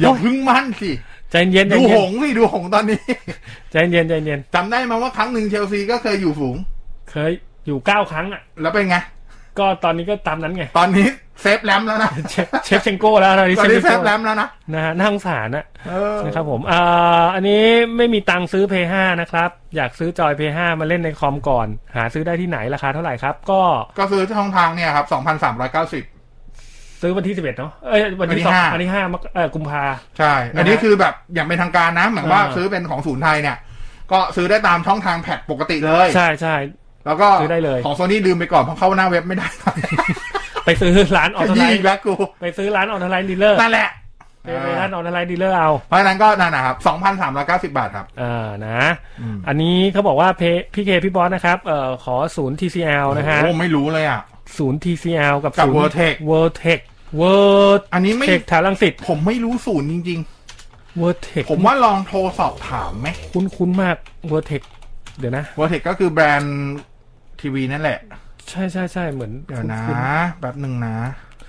Speaker 4: อย่าพึ่งมั่นสิ
Speaker 3: ใจเย็นใจ
Speaker 4: ดูห
Speaker 3: เย็น
Speaker 4: งสิดูหงตอนนี้
Speaker 3: ใจเย็นใจเย็น
Speaker 4: จำได้ไหมว่าครั้งหนึ่งเชลซีก็เคยอยู่ฝูง
Speaker 3: เคยอยู่เก้าครั้งอ่ะ
Speaker 4: แล้วเป็นไง
Speaker 3: ก็ตอนนี้ก็ตามนั้นไง
Speaker 4: ตอนนี้เซฟแลม แล้วนะ
Speaker 3: เชฟเชฟเชงโก้แล้วตอนนี้
Speaker 4: ตอน
Speaker 3: เชฟ
Speaker 4: นี้
Speaker 3: เช
Speaker 4: เซ
Speaker 3: ง
Speaker 4: ฟ
Speaker 3: โก้
Speaker 4: แลมแล้วนะ
Speaker 3: นะฮะน่าสงสารนะ
Speaker 4: เออ
Speaker 3: นะครับผมอ่าอันนี้ไม่มีตังค์ซื้อ p 5นะครับ อยากซื้อจอย p 5มาเล่นในคอมก่อน หาซื้อได้ที่ไหนราคาเท่าไหร่ครับ ก็
Speaker 4: ก็ซื้อช่องทางเนี่ยครับ 2,390
Speaker 3: ซื้อวันที่สิบเอ็ดเนาะเอ้ยวันที่สอง
Speaker 4: วันที่ห้า
Speaker 3: วันที่ห้ามกเออกุมภา
Speaker 4: ใช่ อันนี้คือแบบอย่างเป็นทางการนะเหมือนว่าซื้อเป็นของศูนย์ไทยเนี่ย ก็ซื้อได้ตามช่องทางแพทปกติเลย
Speaker 3: ใช่ใช่
Speaker 4: แล้วก็
Speaker 3: ซื้อได้เลย
Speaker 4: ของโซนี่ลืมไปก่อนเพราะเข้าหน้าเว็บ ไม่ได้
Speaker 3: ไปซื้อร้านออนไล
Speaker 4: ยี่อี
Speaker 3: น์
Speaker 4: กแล้วกู
Speaker 3: ไปซื้อร้านออนไลน์ดีลเลอร์
Speaker 4: นั่นแหละ
Speaker 3: ไปร้านออนไลน์ดีลเลอร์เอา
Speaker 4: เพราะฉะนั้นก็นั่นนะครับ2,390 บาทครับ
Speaker 3: อ่านะ อันนี้เขาบอกว่าเพพี่เคพี่บอสนะครับเอ่อขอศูนย์ TCL นะฮะ
Speaker 4: โอ้ไม่รู้เลยอ่ะ
Speaker 3: ศูนย์ TCL กับ
Speaker 4: กับ
Speaker 3: ศูนย์
Speaker 4: Worldtech
Speaker 3: Worldtech World
Speaker 4: อันนี้ไม่
Speaker 3: เทคแถวรังสิต
Speaker 4: ผมไม่รู้ศูนย์จริง
Speaker 3: Worldtech
Speaker 4: ๆ ผมว่าลองโทรสอบถามไหม
Speaker 3: คุ้นคุ้นๆมาก Worldtech เดี๋ยวนะ
Speaker 4: วอเทคก็คือแบรนด์ทีวีนั่นแหละ
Speaker 3: ใช่ใช่ใช่เหมือน
Speaker 4: เดี๋ยวนะ
Speaker 3: คุ้น
Speaker 4: แป๊บหนึ่งนะ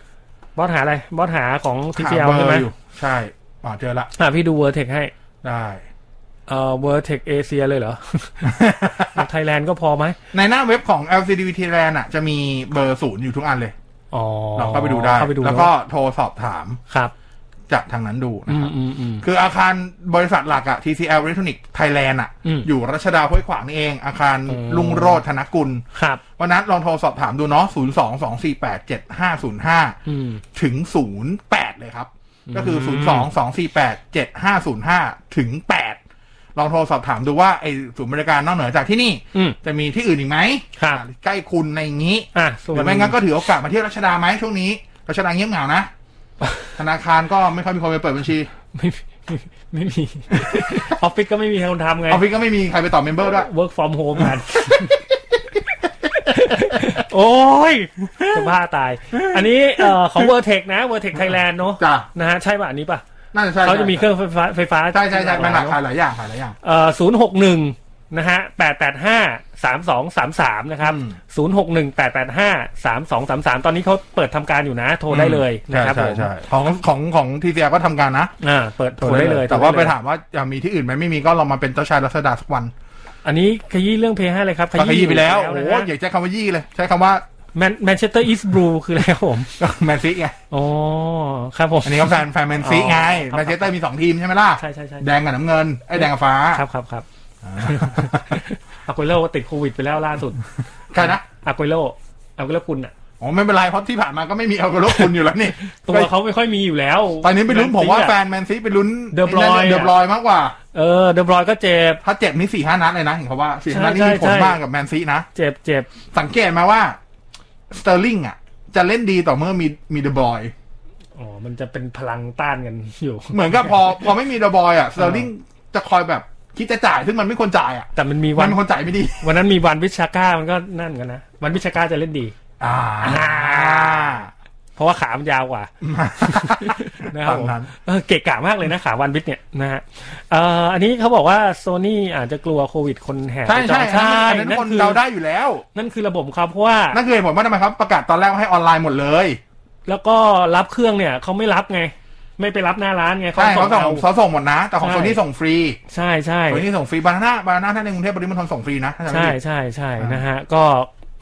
Speaker 3: ๆบอสหาอะไร บอสหาของ
Speaker 4: หา
Speaker 3: TCL
Speaker 4: เบอ
Speaker 3: ใช่ไหม
Speaker 4: ร์อยู่ ใช่อ๋อเจอละ
Speaker 3: อ่ะพี่ดู Worldtech ให้
Speaker 4: ได้
Speaker 3: เอ่อ Worldtech เอเชียเลยเหรอ ไทยแลนด์ก็พอไหม
Speaker 4: ในหน้าเว็บของ LCDV Thailand อ่ะ จะมีเบอร์ศูนย์อยู่ทุกอันเลย
Speaker 3: อ๋อ
Speaker 4: เราเข้าไปดูได้
Speaker 3: เข้าไปดู
Speaker 4: แล้วก็โทรสอบถาม
Speaker 3: ครับ
Speaker 4: จากทางนั้นดูนะ
Speaker 3: อืม
Speaker 4: ครับ
Speaker 3: อืมอืม
Speaker 4: คืออาคารบริษัทหลักอะ TCL Electronic Thailand อะ
Speaker 3: อืม
Speaker 4: อยู่รัชดาห้วยขวางนี่เอง อาคาร
Speaker 3: อืม
Speaker 4: ลุงโรจน์ธนกุล
Speaker 3: ครับ
Speaker 4: วันนั้นลองโทรสอบถามดูเนาะ022487505
Speaker 3: อืม
Speaker 4: ถึง 08 เลยครับ ก็คือ 0 2 2 4 8 7 5 0 5 ถึง 8 ลองโทรสอบถามดูว่า ไอ้ศูนย์บริการนอกเหนือจากที่นี่
Speaker 3: อืม
Speaker 4: จะมีที่อื่นอีกไหม
Speaker 3: ครับ
Speaker 4: อ่าใกล้คุณในอย่างนี้
Speaker 3: อ่ะ
Speaker 4: ห
Speaker 3: ส่วน
Speaker 4: รือไม่งั้นก็ถือโอกาสมาเที่ยวรัชดาไหมช่วงนี้ รัชดาเงียบเหงานะ ธนาคารก็ไม่ค่อยมีคนไปเปิดบัญชี
Speaker 3: ไม่ไม่ไม่มี ออฟฟิศก็ไม่มีใครคนทำ
Speaker 4: อ
Speaker 3: ไง
Speaker 4: อฟฟิศก็ไม่มีใครไปต่อเมมเบอร์ด้วย
Speaker 3: work from home กัน โอ้ยจะบ้าตาย อันนี้เอ่อของ w o r t e c นะ w o r t e c Thailand เนอะ
Speaker 4: จ้ะ
Speaker 3: นะฮะ ใช่ป่ะ อันนี้ป่ะ
Speaker 4: น่าจะใช่
Speaker 3: เขาจะมีเครื่องไฟฟ้าไฟฟ้า
Speaker 4: ใช่ใช่ใช่มันหลาก
Speaker 3: เน
Speaker 4: หลาย
Speaker 3: อะ
Speaker 4: หลายอย่างหลายหลายอย่าง
Speaker 3: เอ่อศูนย์หกหนึ่งนะฮะแปดแปดห้าสามสองสามสามนะครับ
Speaker 4: อืม
Speaker 3: ศูนย์หกหนึ่งแปดแปดห้าสามสองสามสามตอนนี้เขาเปิดทำการอยู่นะ โทรได้เลยนะครับ
Speaker 4: ใช่
Speaker 3: ผ
Speaker 4: ใช่
Speaker 3: ม
Speaker 4: ใช่ของของของทีเียก็ทำการนะ
Speaker 3: อ่าเปิดโทรได้เลย
Speaker 4: แต่ว่า
Speaker 3: โทร
Speaker 4: ไป
Speaker 3: ด้เลย
Speaker 4: ถามว่าจะมีที่อื่นไหมไม่มีก็ลองมาเป็นเจ้าชายรัชดาสักวัน
Speaker 3: อันนี้ขยี้เรื่องเพย์ห้าเลยครับ
Speaker 4: ขยี้ไปแล้วโอ้
Speaker 3: นะ
Speaker 4: โห
Speaker 3: ฮะ
Speaker 4: อย่าใช้คำว่ายี่เลย ใช้คำว่า
Speaker 3: แมนแมนเชสเตอร์อีสต์บลูคืออะไรครับผม
Speaker 4: แมนซีไง
Speaker 3: อ๋อครับผม
Speaker 4: อันนี้ก็แฟนแฟนแมนซี
Speaker 3: อ๋อ
Speaker 4: ไง
Speaker 3: ครับ
Speaker 4: แมนเชสเตอร์มีสองทีมใช่ไหมล่ะ
Speaker 3: ใช่ใช่ใช่
Speaker 4: แดงกับน้ำเงินไอ้ยแดงกับฟ้า
Speaker 3: ครับครับ ครับอากุโลติดโควิดไปแล้วล่าสุด
Speaker 4: ใครนะ
Speaker 3: อากุโลอากุโลคุณอ่ะ
Speaker 4: โอ้ไม่เป็นไรเพราะที่ผ่านมาก็ไม่มีเอากระลกคุณอยู่แล้วนี่
Speaker 3: ตัวเขาไม่ค่อยมีอยู่แล้ว
Speaker 4: ตอนนี้ไปลุ้นผมว่าแฟนแมนซีไปลุ้น
Speaker 3: เดอะบรอยน์
Speaker 4: เดอะบรอยน์มากกว่า
Speaker 3: เออเดบรอยก็เจ็บ
Speaker 4: ถ้าเจ็บนี่สี่ห้านัดเลยนะเห็นเขาว่าสี่ห้านัดนี่
Speaker 3: ใช่
Speaker 4: มีผล
Speaker 3: ใช่
Speaker 4: มากกับแมนซีนะ
Speaker 3: เจ็บเจ็บ
Speaker 4: สังเกตมาว่าสเตอร์ลิงอ่ะ จะเล่นดีต่อเมื่อมีมีเดอะบรอยน์
Speaker 3: อ๋อมันจะเป็นพลังต้านกันอยู่
Speaker 4: เหมือนกับพอพอไม่มีเดอะบรอยน์อ่ะสเตอร์ลิงจะคอยแบบคิดจะจ่ายซึ่งมันไม่ควรจ่ายอ่ะ
Speaker 3: แต่มันมี
Speaker 4: มั
Speaker 3: วัน
Speaker 4: นควรจ่ายไม่ดี
Speaker 3: วันนั้นมีวันวิชาก้ามันก็นั่นกันนะวันวิชาก้าจะเล่นดี
Speaker 4: อ่า
Speaker 3: เพราะว่าขามันยาวกว่า นะครับ
Speaker 4: ตาม
Speaker 3: ผม
Speaker 4: นั้น
Speaker 3: เออเกะกะมากเลยนะขาวันบิทเนี่ยนะฮะเอ่ออันนี้เขาบอกว่าโซนี่อาจจะกลัวโควิดคนแห่
Speaker 4: ใช่
Speaker 3: ไปจอ
Speaker 4: ใช่
Speaker 3: ง
Speaker 4: ใช่อันนั้น
Speaker 3: นั่
Speaker 4: คน
Speaker 3: นคือ
Speaker 4: เดาได้อยู่แล้ว
Speaker 3: นั่นคือระบบครับเพราะว่า
Speaker 4: นั่นคือเหตุผลว่าทำไมครับ ประกาศตอนแรกว่าให้ออนไลน์หมดเลย
Speaker 3: แล้วก็รับเครื่องเนี่ยเขาไม่รับไง ไม่ไปรับหน้าร้านไง
Speaker 4: ใช่เขาส่ง
Speaker 3: เอา
Speaker 4: เขาส่งหมดนะ แต่ของ
Speaker 3: ใช่
Speaker 4: โซนี่ส่งฟรี
Speaker 3: ใช่ใช่
Speaker 4: โซนี่ส่งฟรีบานาน่าบานาน่าถ้าในกรุงเทพปริมณฑลส่งฟรีนะถ้าจำไม่
Speaker 3: ใช่
Speaker 4: ผิด
Speaker 3: ใช่ใช่
Speaker 4: อ่าน
Speaker 3: นะฮะก็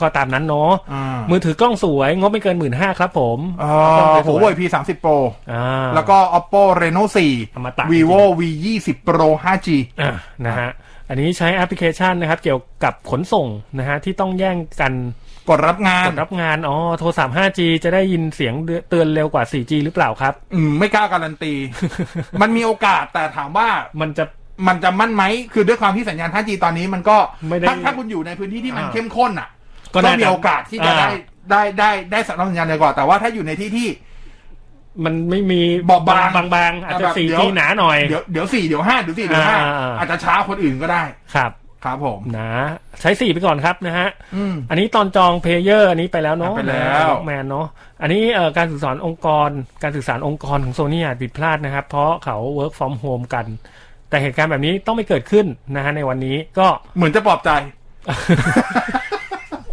Speaker 3: ก็ตามนั้นเนาะ
Speaker 4: อ่า
Speaker 3: มือถือกล้องสวยงบไม่เกินหมื่นห้าครับผม
Speaker 4: เอ่อหัวเว่ย P สามสิบ Pro
Speaker 3: อ่า
Speaker 4: แล้วก็ Oppo Reno
Speaker 3: อมตะ
Speaker 4: 4 vivo V ยี่สิบ Pro 5G
Speaker 3: อ่ะนะฮะอันนี้ใช้แอปพลิเคชันนะครับ เกี่ยวกับขนส่งนะฮะที่ต้องแย่งกัน
Speaker 4: กดรับงาน
Speaker 3: กดรับงาน อ๋อ โทรศัพท์ 5G จะได้ยินเสียงเตือนเร็วกว่า 4G หรือเปล่าครับ
Speaker 4: อืมไม่กล้าการันตี มันมีโอกาสแต่ถามว่า
Speaker 3: มันจะ
Speaker 4: มันจะมั่นไหม คือด้วยความที่สัญญาณ 5G ตอนนี้มันก็
Speaker 3: ไม่ได้
Speaker 4: ถ้าถ้าคุณอยู่ในพื้นที่ที่มัน
Speaker 3: อ่า
Speaker 4: เข้มข้นอ่ะ
Speaker 3: ก็
Speaker 4: ก็
Speaker 3: น่าจะ
Speaker 4: มีโอกาสที่จะ
Speaker 3: อ่า
Speaker 4: ได้ ได้ได้ได้สัญญาณเดียวก่อนแต่ว่าถ้าอยู่ในที่ที่
Speaker 3: มันไม่มี
Speaker 4: บอบบาง
Speaker 3: บางบางๆอาจจะ
Speaker 4: แบบ
Speaker 3: สี่
Speaker 4: เดี๋ยว
Speaker 3: ทีหนาหน่อย
Speaker 4: เดี๋ยวเดี๋ยวสี่เดี๋ยวห้าเดี๋ยวสี่เดี๋ยวห้า
Speaker 3: อ่าอ่า
Speaker 4: อาจจะช้าคนอื่นก็ได้
Speaker 3: ครับ
Speaker 4: ครับผม
Speaker 3: หนาใช้สี่ไปก่อนครับนะฮะ
Speaker 4: อืม
Speaker 3: อันนี้ตอนจองเพลเยอร์อันนี้ไปแล้วเนาะ
Speaker 4: ไปแล้ว
Speaker 3: แมนเนาะอันนี้เอ่อการสื่อสารองค์กร การสื่อสารองค์กรของโซนี่อาจผิดพลาดนะครับ เพราะเขา work from home กัน แต่เหตุการณ์แบบนี้ต้องไม่เกิดขึ้นนะฮะในวันนี้ก็
Speaker 4: เหมือนจะปลอบใจ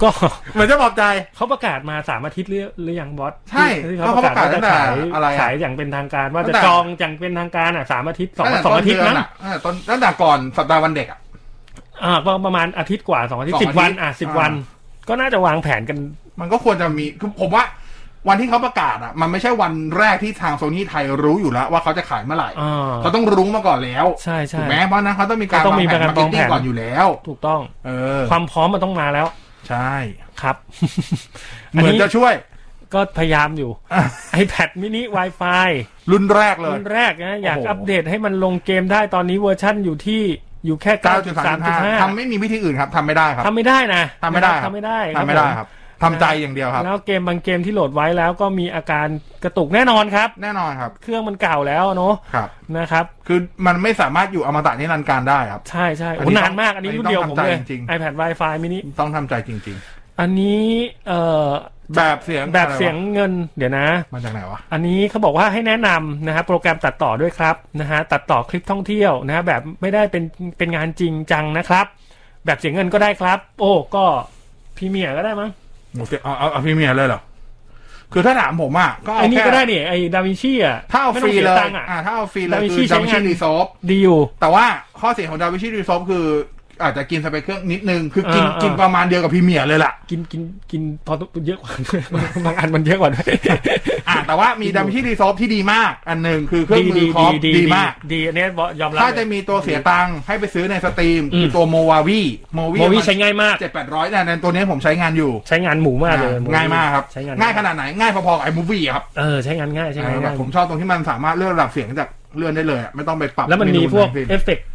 Speaker 3: ก็
Speaker 4: เหมือนจะปลอบใจ
Speaker 3: เขาประกาศมาสามอาทิตย์หรือหรือยังบอส
Speaker 4: ใช่
Speaker 3: ที่
Speaker 4: เขาประกาศ
Speaker 3: ว่
Speaker 4: ตั้งแต่
Speaker 3: ขาย
Speaker 4: อะไรอะ
Speaker 3: ขายอย่างเป็นทางการว่า
Speaker 4: ตั้
Speaker 3: จะ
Speaker 4: งแต่
Speaker 3: จองอย่างเป็นทางการอ่ะสามอาทิตย์สอง
Speaker 4: ตั้แต่
Speaker 3: สองอาทิตย์
Speaker 4: เดื
Speaker 3: นะ
Speaker 4: อะอ่าตอนตั้งแต่ก่อนสัปดาห์วันเด็กอ่ะ
Speaker 3: อ่าก็ประมาณอาทิตย์กว่าสองอาทิตย์
Speaker 4: ส
Speaker 3: สิ
Speaker 4: อง
Speaker 3: บ
Speaker 4: อาทิตย์
Speaker 3: วันอ่ะสิบ
Speaker 4: อ่า
Speaker 3: วัน ก็น่าจะวางแผนกัน
Speaker 4: มันก็ควรจะมีคือผมว่า วันที่เขาประกาศอ่ะ มันไม่ใช่วันแรกที่ทางโซนี่ไทยรู้อยู่แล้ว ว่าเขาจะขายเมื่อไหร่
Speaker 3: อ่า
Speaker 4: เขาต้องรู้มาก่อนแล้ว
Speaker 3: ใช่ใช่
Speaker 4: ถูกไหมเพราะฉะนั้นเขาต้องมีการ
Speaker 3: ก็ต้องมีการ
Speaker 4: วางแผนมาร์เก็ตติ้
Speaker 3: วาง
Speaker 4: ง
Speaker 3: แผน
Speaker 4: ก่อนอยู่แล้ว
Speaker 3: ถูกต้อง
Speaker 4: เออ
Speaker 3: ความพร้อมมันต้องมาแล้ว
Speaker 4: ใช่
Speaker 3: ครับ
Speaker 4: เหมือนจะช่วย
Speaker 3: ก็พยายามอยู่
Speaker 4: อ่ะ
Speaker 3: iPad mini Wi-Fi
Speaker 4: รุ่นแรกเลย
Speaker 3: รุ่นแรกนะอยาก
Speaker 4: โอ้โห
Speaker 3: อัปเดตให้มันลงเกมได้ตอนนี้เวอร์ชั่นอยู่ที่อยู่แค่
Speaker 4: 9.35
Speaker 3: 9.3.5
Speaker 4: ทำไม่มีวิธีอื่นครับทำไม่ได้ครับ
Speaker 3: ทำไม่ได้นะ
Speaker 4: ทำไม่ได้
Speaker 3: ทำไม่ได้
Speaker 4: ทำไม่ได้ครับทำใจอย่างเดียวครับ
Speaker 3: แล้วเกมบางเกมที่โหลดไว้แล้วก็มีอาการกระตุกแน่นอนครับ
Speaker 4: แน่นอนครับ
Speaker 3: เครื่องมันเก่าแล้วเนาะ
Speaker 4: ครับ
Speaker 3: นะครับ
Speaker 4: คือมันไม่สามารถอยู่อมตะนิรันดร์การได้ครับ
Speaker 3: ใช่ใช่
Speaker 4: อัน
Speaker 3: โอ้
Speaker 4: นี้
Speaker 3: นาน
Speaker 4: ต้อง
Speaker 3: มากอันนี้
Speaker 4: อันนี้
Speaker 3: รุ่นเดียวผ
Speaker 4: ต้อง
Speaker 3: ม
Speaker 4: ทำใจ
Speaker 3: เลย
Speaker 4: จริง
Speaker 3: iPad Wi-Fi mini
Speaker 4: ต้องทำใจจริง
Speaker 3: อันนี้เอ่อ
Speaker 4: ๆ แบบเสียง
Speaker 3: แบบ
Speaker 4: อะไรวะ
Speaker 3: เสียงเงินเดี๋ยวนะ
Speaker 4: มาจากไหนวะ
Speaker 3: อันนี้เขาบอกว่าให้แนะนำนะฮะโปรแกรมตัดต่อด้วยครับนะฮะตัดต่อคลิปท่องเที่ยวนะฮะแบบไม่ได้เป็นเป็นงานจริงจังนะครับ แบบเสียเงินก็ได้ครับ โอ้ก็พรีเมียร์ก็ได้มั้ง
Speaker 4: หมูเสียงเอาเอาเอาพรีเมียร์เลยเหรอ คือถ้าถามผมอ่ะก็เอา
Speaker 3: ไอ้นี่
Speaker 4: แค่
Speaker 3: ก็ได้นี่ไอ้ดาวินชีอ่ะ
Speaker 4: ถ้าเอา
Speaker 3: ไม่
Speaker 4: ฟ
Speaker 3: ต้อง
Speaker 4: รี
Speaker 3: สี
Speaker 4: เลย
Speaker 3: ตังค์อ่ะ
Speaker 4: อ่าถ้าเอาฟรีเลยคื
Speaker 3: DaVinci
Speaker 4: อ
Speaker 3: ใช้
Speaker 4: ดาวิชี
Speaker 3: งาน
Speaker 4: รีซอฟ
Speaker 3: ดีอยู่
Speaker 4: แต่ว่าข้อเสียของดาวิชีรีซอฟคือ อาจจะกินสเปคเครื่องนิดนึง คือกิน
Speaker 3: อ่าอ่า
Speaker 4: กินประมาณเดียวกับพรีเมียร์เลยล่ะ
Speaker 3: กินกินกินพอเยอะกว่า ด้วยบางอันมันเยอะก ว่าด้วย
Speaker 4: อ่าแต่ว่ามีดาวิชีรีซอฟที่ดีมาก อันหนึ่งคือเครื่องมื
Speaker 3: ดี
Speaker 4: อคอฟ
Speaker 3: ดี
Speaker 4: ดีมาก
Speaker 3: ดีอันเนี้ยยอมรับ
Speaker 4: ถ้า
Speaker 3: เล
Speaker 4: จะ
Speaker 3: ย
Speaker 4: มีตัวเสียตังค์ให้ไปซื้อในสตรีม
Speaker 3: อืม
Speaker 4: คือตัวโมวาวีโมวี
Speaker 3: โมวีใช้ง่ายมาก
Speaker 4: เจ็ดแปดร้อยแต่ในตัวนี้ผมใช้งานอยู่
Speaker 3: ใช้งานหมูมากเลย Movi
Speaker 4: ง่ายมากครับ
Speaker 3: ใช้งาน
Speaker 4: ง่ายขนาดไหน ง่ายพอๆกับไอ้มูฟี่ครับ
Speaker 3: เออใช้งานง่ายใช้งาน
Speaker 4: แบ
Speaker 3: ง่า
Speaker 4: บ
Speaker 3: ย
Speaker 4: ผมชอบตรงที่มันสามารถเลื่อนระดับเสียงจากเลื่อนได้เลยอะไม่ต้องไปปรับ
Speaker 3: แล้วมันมี
Speaker 4: เนู
Speaker 3: พวก
Speaker 4: ทั้งสิ้น
Speaker 3: เอฟเฟกต์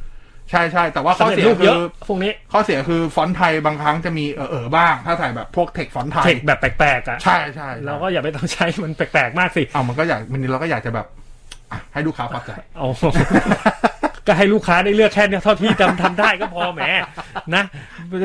Speaker 4: ใช่ใช่แต่ว่าข้อ
Speaker 3: สำเร็จ
Speaker 4: เสีย
Speaker 3: รูปเย
Speaker 4: คือ
Speaker 3: อะพวกนี้
Speaker 4: ข้อเสียคือฟอนต์ไทยบางครั้งจะมีเออเออๆบ้าง ถ้าใส่แบบพวกเทคฟอนต์ไท
Speaker 3: เท
Speaker 4: ย
Speaker 3: คแบบแปลกๆอ่ะ
Speaker 4: ใช่ใช่
Speaker 3: เราก็อย่าไปต้องใช้ มันแปลกๆมากสิ
Speaker 4: เอามันก็อยากมันเราก็อยากจะแบบอ่ะให้ลูกค้าพอใจ
Speaker 3: เอา ก็ให้ลูกค้าได้เลือกแค่เนี้ยเท่าที่ทำทำได้ก็พอแหมนะ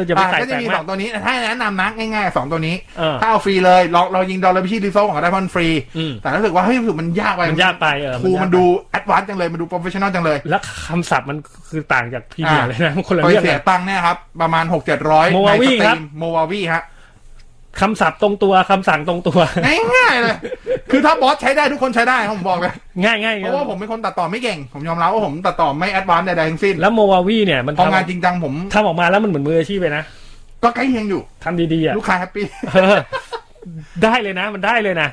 Speaker 3: อย่าไป
Speaker 4: อ่ะ
Speaker 3: ใส่
Speaker 4: ก็
Speaker 3: แป
Speaker 4: จะ
Speaker 3: ลก
Speaker 4: มี
Speaker 3: มา
Speaker 4: สอก งตัวนี้ถ้าแนะนำนะง่ายๆสองตัวนี้
Speaker 3: เออ
Speaker 4: ถ้าเอาฟรีเลยเราเรายิงดอลลาร์ไปที่รีโซลของเราได้เพราะมันฟรี
Speaker 3: อืม
Speaker 4: แต่รู้สึกว่าเฮ้ยรู้สึกมันยากไป
Speaker 3: มันยากไปเออ
Speaker 4: ครูมัน
Speaker 3: ยากไป
Speaker 4: ดูแอดวานซ์จังเลย มันดูโปรเฟชชั่นอลจังเลย
Speaker 3: แล้วคำศัพท์มันคือต่างจากพรีเมียร์เลยนะมันคนละ
Speaker 4: ไป
Speaker 3: เรื่อง
Speaker 4: เสี
Speaker 3: กั
Speaker 4: ย
Speaker 3: น
Speaker 4: ตังค์เนี่ยครับ ประมาณหกเจ็ดร้อย
Speaker 3: Movavi
Speaker 4: ในสต
Speaker 3: ครับ
Speaker 4: มโมวาวีฮะ
Speaker 3: คำศัพท์ตรงตัวคำสั่งตรงตัว
Speaker 4: ง่ายๆเลย คือถ้าบอสใช้ได้ทุกคนใช้ได้ครับผมบอกเลย
Speaker 3: ง่ายๆง่าย
Speaker 4: เพราะว่าผมเป็นคนตัดต่อไม่เก่ง ผมยอมรับว่าผมตัดต่อไม่แอดวานซ์ใดๆทั้งสิ้น
Speaker 3: แล้วโมวาวีเนี่ยมัน
Speaker 4: พองาน
Speaker 3: ทำ
Speaker 4: จริงจังผม
Speaker 3: ทำออกมาแล้วมันเหมือนมืออาชีพเลยนะ
Speaker 4: ก็ใกล้เคียงอยู่
Speaker 3: ทำดีๆอ่ะ
Speaker 4: ลูกค้าแฮปปี้
Speaker 3: เออได้เลยนะ มันได้เลยนะ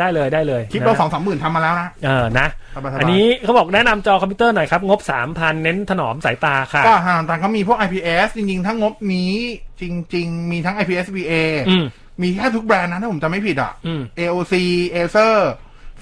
Speaker 3: ได้เลยได้เลย
Speaker 4: คลิปเรา
Speaker 3: นะ
Speaker 4: สองสามหมื่นทำมาแล้วนะ
Speaker 3: เออนะ
Speaker 4: สบายๆ
Speaker 3: อันนี้เขาบอกแนะนำจอคอมพิวเตอร์หน่อยครับ งบสามพันเน้นถนอมสายตาค่ะ
Speaker 4: ก็ห่างต่างก็มีพวก IPS จริงๆ ทั้งงบนี้จริง ๆ มีทั้ง IPS VA
Speaker 3: อืม
Speaker 4: มีแค่ทุกแบรนด์นะถ้าผมจำไม่ผิดอ่ะ
Speaker 3: อืม
Speaker 4: AOC Acer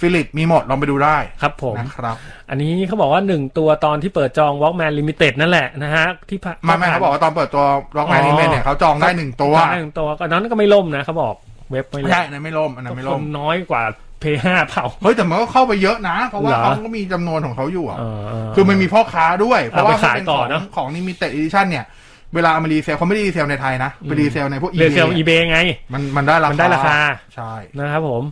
Speaker 4: Philips มีหมดลองไปดูได้
Speaker 3: ครับผม
Speaker 4: นะครับ
Speaker 3: อันนี้เขาบอกว่าหนึ่งตัวตอนที่เปิดจอง Walkman Limited นั่นแหละนะฮะ ที่ผ่าน
Speaker 4: มาแม่เขาบอกว่าตอนเปิดตัวล็อกแมนนี่เนี่ยเขาจองได้หนึ่งตัว
Speaker 3: จองได้หนึ่งตัวก็นั้นก็ไม่ล่มนะเขาบอกเว็บไม่ล่
Speaker 4: ใช่
Speaker 3: ม
Speaker 4: อันนั้นไม่ล่มอันนั้นไม่
Speaker 3: ค
Speaker 4: ล่ม
Speaker 3: นน้อยกว่า P5 เผา
Speaker 4: เฮ้ยแต่มันก็เข้าไปเยอะนะ เพราะว่า
Speaker 3: เหรอ
Speaker 4: เขาก็มีจำนวนของเขาอยู่อะ
Speaker 3: เออ
Speaker 4: คือมันมีพ่อค้าด้วย เพราะว่า
Speaker 3: เอาไปขาย
Speaker 4: มันเป็น
Speaker 3: ต่
Speaker 4: ข
Speaker 3: อ
Speaker 4: อง
Speaker 3: เนอะ
Speaker 4: ของนิมิเต็ดอีดิชั่นเนี่ย เวลาเอามารีเซลเขาไม่ได้รีเซลในไทยนะไป
Speaker 3: อืม
Speaker 4: รีเซลในพวก
Speaker 3: เรียนเซล
Speaker 4: eBay
Speaker 3: อีเบไง
Speaker 4: มันมันได้ราคา
Speaker 3: มันได้ราคา
Speaker 4: ใช่
Speaker 3: นะครับผม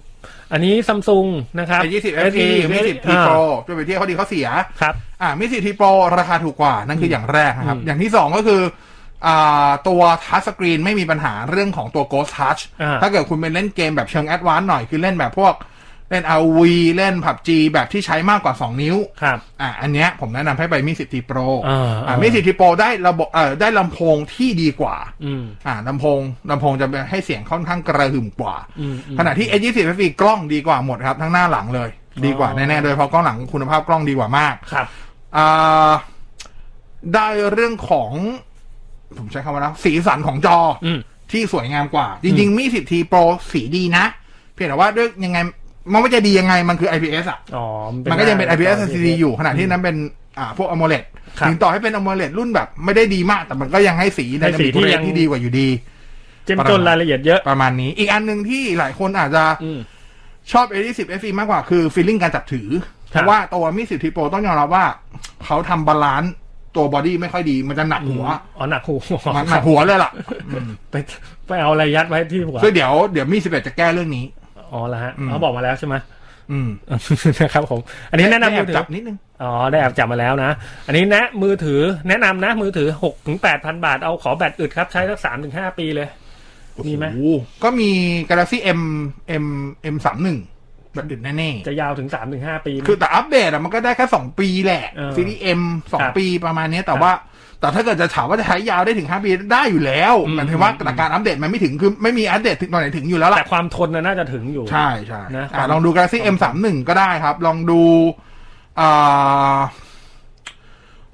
Speaker 3: อันนี้ซัมซุงนะครับ
Speaker 4: ไอ้ยี่สิบเอฟทีมิสิบที
Speaker 3: อ่า
Speaker 4: โปรจะไปเที่ยวเขาดีเขาเสีย
Speaker 3: ครับ
Speaker 4: อ่ามิสิทีโปรราคาถูกกว่านั่นคืออย่างแรกนะครับ
Speaker 3: อืม
Speaker 4: อย่างที่สองก็คืออ่าตัวทัชสกรีนไม่มีปัญหาเรื่องของตัว Ghost Touch
Speaker 3: อ่า
Speaker 4: ถ้าเกิดคุณเป็นเล่นเกมแบบเชิงแอดวานซ์หน่อยคือเล่นแบบพวกเล่น r v เล่น PUBG แบบที่ใช้มากกว่า 2 นิ้ว
Speaker 3: ครับ
Speaker 4: อ่าอันเนี้ยผมแนะนำให้ไปมิสิทีโปร
Speaker 3: อ่าอ่า
Speaker 4: มิสิทีโปรได้ระบบเอ่อได้ลำโพงที่ดีกว่า
Speaker 3: อืม
Speaker 4: อ่าลำโพงลำโพงจะให้เสียงค่อนข้างกระหึ่มกว่า
Speaker 3: อืมอืม
Speaker 4: ขณะที่ A20 FE กล้องดีกว่าหมดครับ ทั้งหน้าหลังเลย ดีกว่า
Speaker 3: อ๋อ
Speaker 4: แน่ๆโดยเพราะกล้องหลังคุณภาพกล้องดีกว่ามาก
Speaker 3: ครับ
Speaker 4: อ่าได้เรื่องของ ผมใช้คำว่านะสีสันของจออ
Speaker 3: อืม
Speaker 4: ที่สวยงามกว่า จริง ๆ มีสิบทีโปรสีดีนะ เพียงแต่ว่าด้วยยังไง มันไม่จะดียังไงมันคือ IPS อ่ะ
Speaker 3: อ๋อเป็
Speaker 4: มันก็ยังเป็น IPS LCD อยู่ขณะที่
Speaker 3: ม
Speaker 4: นั้นเป็นอ่าพวก AMOLED
Speaker 3: ครับ
Speaker 4: ถึงต่อให้เป็น AMOLED รุ่นแบบ ไม่ได้ดีมาก แต่มันก็ยังให้สี
Speaker 3: ให้สี
Speaker 4: dynamic
Speaker 3: ที่
Speaker 4: range
Speaker 3: ยัง
Speaker 4: ที่ดีกว่าอยู่ดี
Speaker 3: เจ้มจนรายละเอียดเยอะ
Speaker 4: ประมาณนี้ อีกอันหนึ่งที่หลายคนอาจจะ
Speaker 3: อืม
Speaker 4: ชอบ A20 FE มากกว่าคือฟีลลิ่งการจับถือ
Speaker 3: ค
Speaker 4: เพ
Speaker 3: รับ
Speaker 4: ราะว่าตัวมิสิบทีโปรต้องยอมรับว่า เขาทำบาลานซ์ตัวบอดี้ไม่ค่อยดี มันจะหนักหัว
Speaker 3: อ๋อหนักหัว
Speaker 4: มันหนักหัวเลย ล่ะอืม
Speaker 3: ไปไปเอาอะไรยัดไว้ที่หัว
Speaker 4: ซึ่งเดี๋ยวเดี๋ยวมีสิบเอ็ดจะแก้เรื่องนี้
Speaker 3: อ๋อแล้วฮะ
Speaker 4: อืม
Speaker 3: เขาบอกมาแล้วใช่ไหม
Speaker 4: อืม
Speaker 3: นะครับผม อันนี้แนะนำมือถือ
Speaker 4: จับนิดนึง
Speaker 3: อ๋อได้แอบจับมาแล้วนะ อันนี้แนะมือถือแนะนำนะ มือถือหกถึงแปดพันบาทเอาขอแบตอึดครับ ใช้สักสามถึงห้าปีเลย มีไหม
Speaker 4: โอ้โก็มี Galaxy M M M สามหนึ่งแบบอื่นแน่
Speaker 3: จะยาวถึงสามถึงห้าปีไหม
Speaker 4: ๆคือแต่อัปเดตอะมันก็ได้แค่สองปีแหละ
Speaker 3: เออ
Speaker 4: ซีรีส์ M สอ
Speaker 3: ค
Speaker 4: ง
Speaker 3: รับ
Speaker 4: ปีประมาณเนี้ยแต่ว่า แต่ถ้าเกิดจะถามว่าจะใช้ยาวได้ถึงห้าปีได้อยู่แล้ว
Speaker 3: อืม
Speaker 4: หมายถึงว่าแต่การอัปเดตมันไม่ถึงคือไม่มีอัปเดตถึงตอนไหนถึงอยู่แล้วล่ะ
Speaker 3: แต่ความทนน่ะน่าจะถึงอยู่
Speaker 4: ใช่ใช่
Speaker 3: นะ
Speaker 4: อ่ะลองดู Galaxy M สามหนึ่งก็ได้ครับ ลองดูอ่า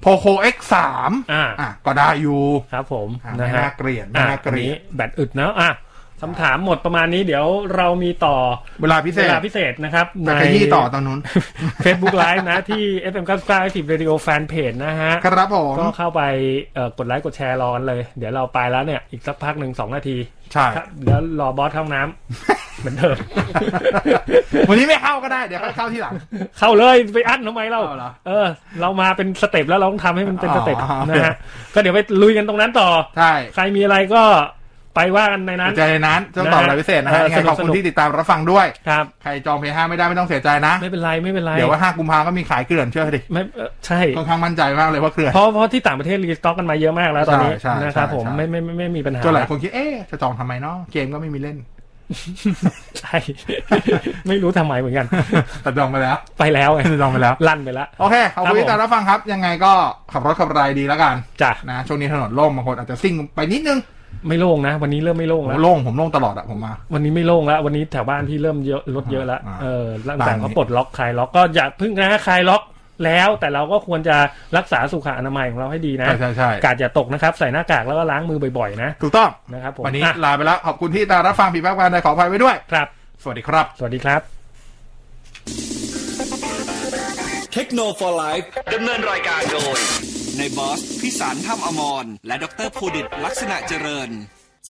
Speaker 4: Poco X สาม
Speaker 3: อ่า
Speaker 4: อ่ะก็ได้อยู่
Speaker 3: ครับผม
Speaker 4: อ่ะ
Speaker 3: นะ
Speaker 4: ไม่
Speaker 3: ฮะ
Speaker 4: น่าเกลียดไม่
Speaker 3: อ่ะ
Speaker 4: น่าเก
Speaker 3: อัน
Speaker 4: ลี
Speaker 3: นี้
Speaker 4: ยด
Speaker 3: แบตอึดนะอ่ะคำถามหมดประมาณนี้เดี๋ยวเรามีต่อ
Speaker 4: เวลาพิเศ
Speaker 3: เว
Speaker 4: ษ
Speaker 3: ลาพิเศษนะครับใน
Speaker 4: แต่ขยี้ต่อตอนนู้น
Speaker 3: Facebook Live นะที่ FM 99 Active Radio Fan Page นะฮะ
Speaker 4: ครับผม
Speaker 3: ก็เข้าไปเอ่อกดไลค์กดแชร์รอกันเลย เดี๋ยวเราไปแล้วเนี่ย อีกสักพักหนึ่งสองนาที
Speaker 4: ใช่
Speaker 3: ครับแล้วรอบอสเข้าห้องน้ำ เหมือนเดิม
Speaker 4: วันนี้ไม่เข้าก็ได้ เดี๋ยวค่อยเข้าที่หลัง
Speaker 3: เข้าเลยไปอัดทำไมเรา
Speaker 4: เอาเหรอ
Speaker 3: เออ เรามาเป็นสเต็ปแล้วเราต้องทำให้มันเป็นสเต็ป
Speaker 4: อ๋อ
Speaker 3: นะฮะ ก็เดี๋ยวไปลุยกันตรงนั้นต่อ
Speaker 4: ใช่
Speaker 3: ใครมีอะไรก็ไปว่ากันในนั้น
Speaker 4: ใจในนั้นต้องตอบอะไรายพิเศษนะฮะ
Speaker 3: เออ
Speaker 4: ยัง
Speaker 3: ส
Speaker 4: ไง
Speaker 3: นุก
Speaker 4: ขอบ
Speaker 3: ส
Speaker 4: คุ
Speaker 3: นุ
Speaker 4: ณ
Speaker 3: ก
Speaker 4: ที่ติดตามรับฟังด้วย
Speaker 3: ครับ
Speaker 4: ใครจองเพย์ห้าไม่ได้ไม่ต้องเสียใจนะ
Speaker 3: ไม่เป็นไรไม่เป็นไร
Speaker 4: เดี๋ยวว่าห้ากุมภาก็มีขายเกลื่อนเชื่อดิ
Speaker 3: ไม่เอ่อใช่
Speaker 4: ค่อนข้างมั่นใจมากเลยว่าเกลื่อน
Speaker 3: เพราะเพราะที่ต่างประเทศรีสต็อกกันมาเยอะมากแล้วตอนนี้
Speaker 4: ใช่ใช่
Speaker 3: นะครับ
Speaker 4: ใช่
Speaker 3: ผม
Speaker 4: ใช่
Speaker 3: ไม่ไม่ไม่ไม่มีปัญหา
Speaker 4: จนหลายคนคิด เอ๊ะ จะจองทำไมเนาะเกมก็ไม่มี เล่น
Speaker 3: ใช่ ไม่รู้ทำไมเหมือนกัน
Speaker 4: แต่จองไปแล้ว
Speaker 3: ไปแล้วไง
Speaker 4: จองไปแล้ว
Speaker 3: ลั่นไปแล้ว
Speaker 4: โอเคขอบ
Speaker 3: ครับผ
Speaker 4: คุณ
Speaker 3: ม
Speaker 4: ที่ติดตามรับฟังครับ ยังไงก็ขับรถขับไรดีแล้วกัน
Speaker 3: จ้ะ
Speaker 4: นะช่วงนี้ถนนโล่งบางคนอาจจะซิ่งไปนิดนึง
Speaker 3: ไม่โล่งนะ วันนี้เริ่มไม่โล่ง
Speaker 4: ผม
Speaker 3: แล้ว
Speaker 4: โล่งผมโล่งตลอดอะผมมา
Speaker 3: วันนี้ไม่โล่งแล้ว วันนี้แถวบ้านพี่เริ่มเยอะลดเยอะแล้ว
Speaker 4: อ่า
Speaker 3: เออหลังจาก
Speaker 4: ตามนี้
Speaker 3: เขาปลดล็อกคลายล็อกก็อย่าเพึ่งนะคลายล็อกแล้วแต่เราก็ควรจะรักษาสุขอนามัยของเราให้ดีนะ
Speaker 4: ใช่ใช่ใช่
Speaker 3: กาดอย่าตกนะครับ ใส่หน้ากากแล้วก็ล้างมือบ่อยๆนะ
Speaker 4: ถูกต้อง
Speaker 3: นะครับผม
Speaker 4: วันนี้
Speaker 3: อ่ะ
Speaker 4: ลาไปแล้วขอบคุณที่ติดตามรับฟังผีแป๊บกันได้ขออภัยไว้ด้วย
Speaker 3: ครับ
Speaker 4: สวัสดีครับ
Speaker 3: สวัสดีครับ
Speaker 1: เทคโนโลยีดำเนินรายการโดย ในบอสพิสารถ้ำอมรและดรภูดิตลักษณะเจริญ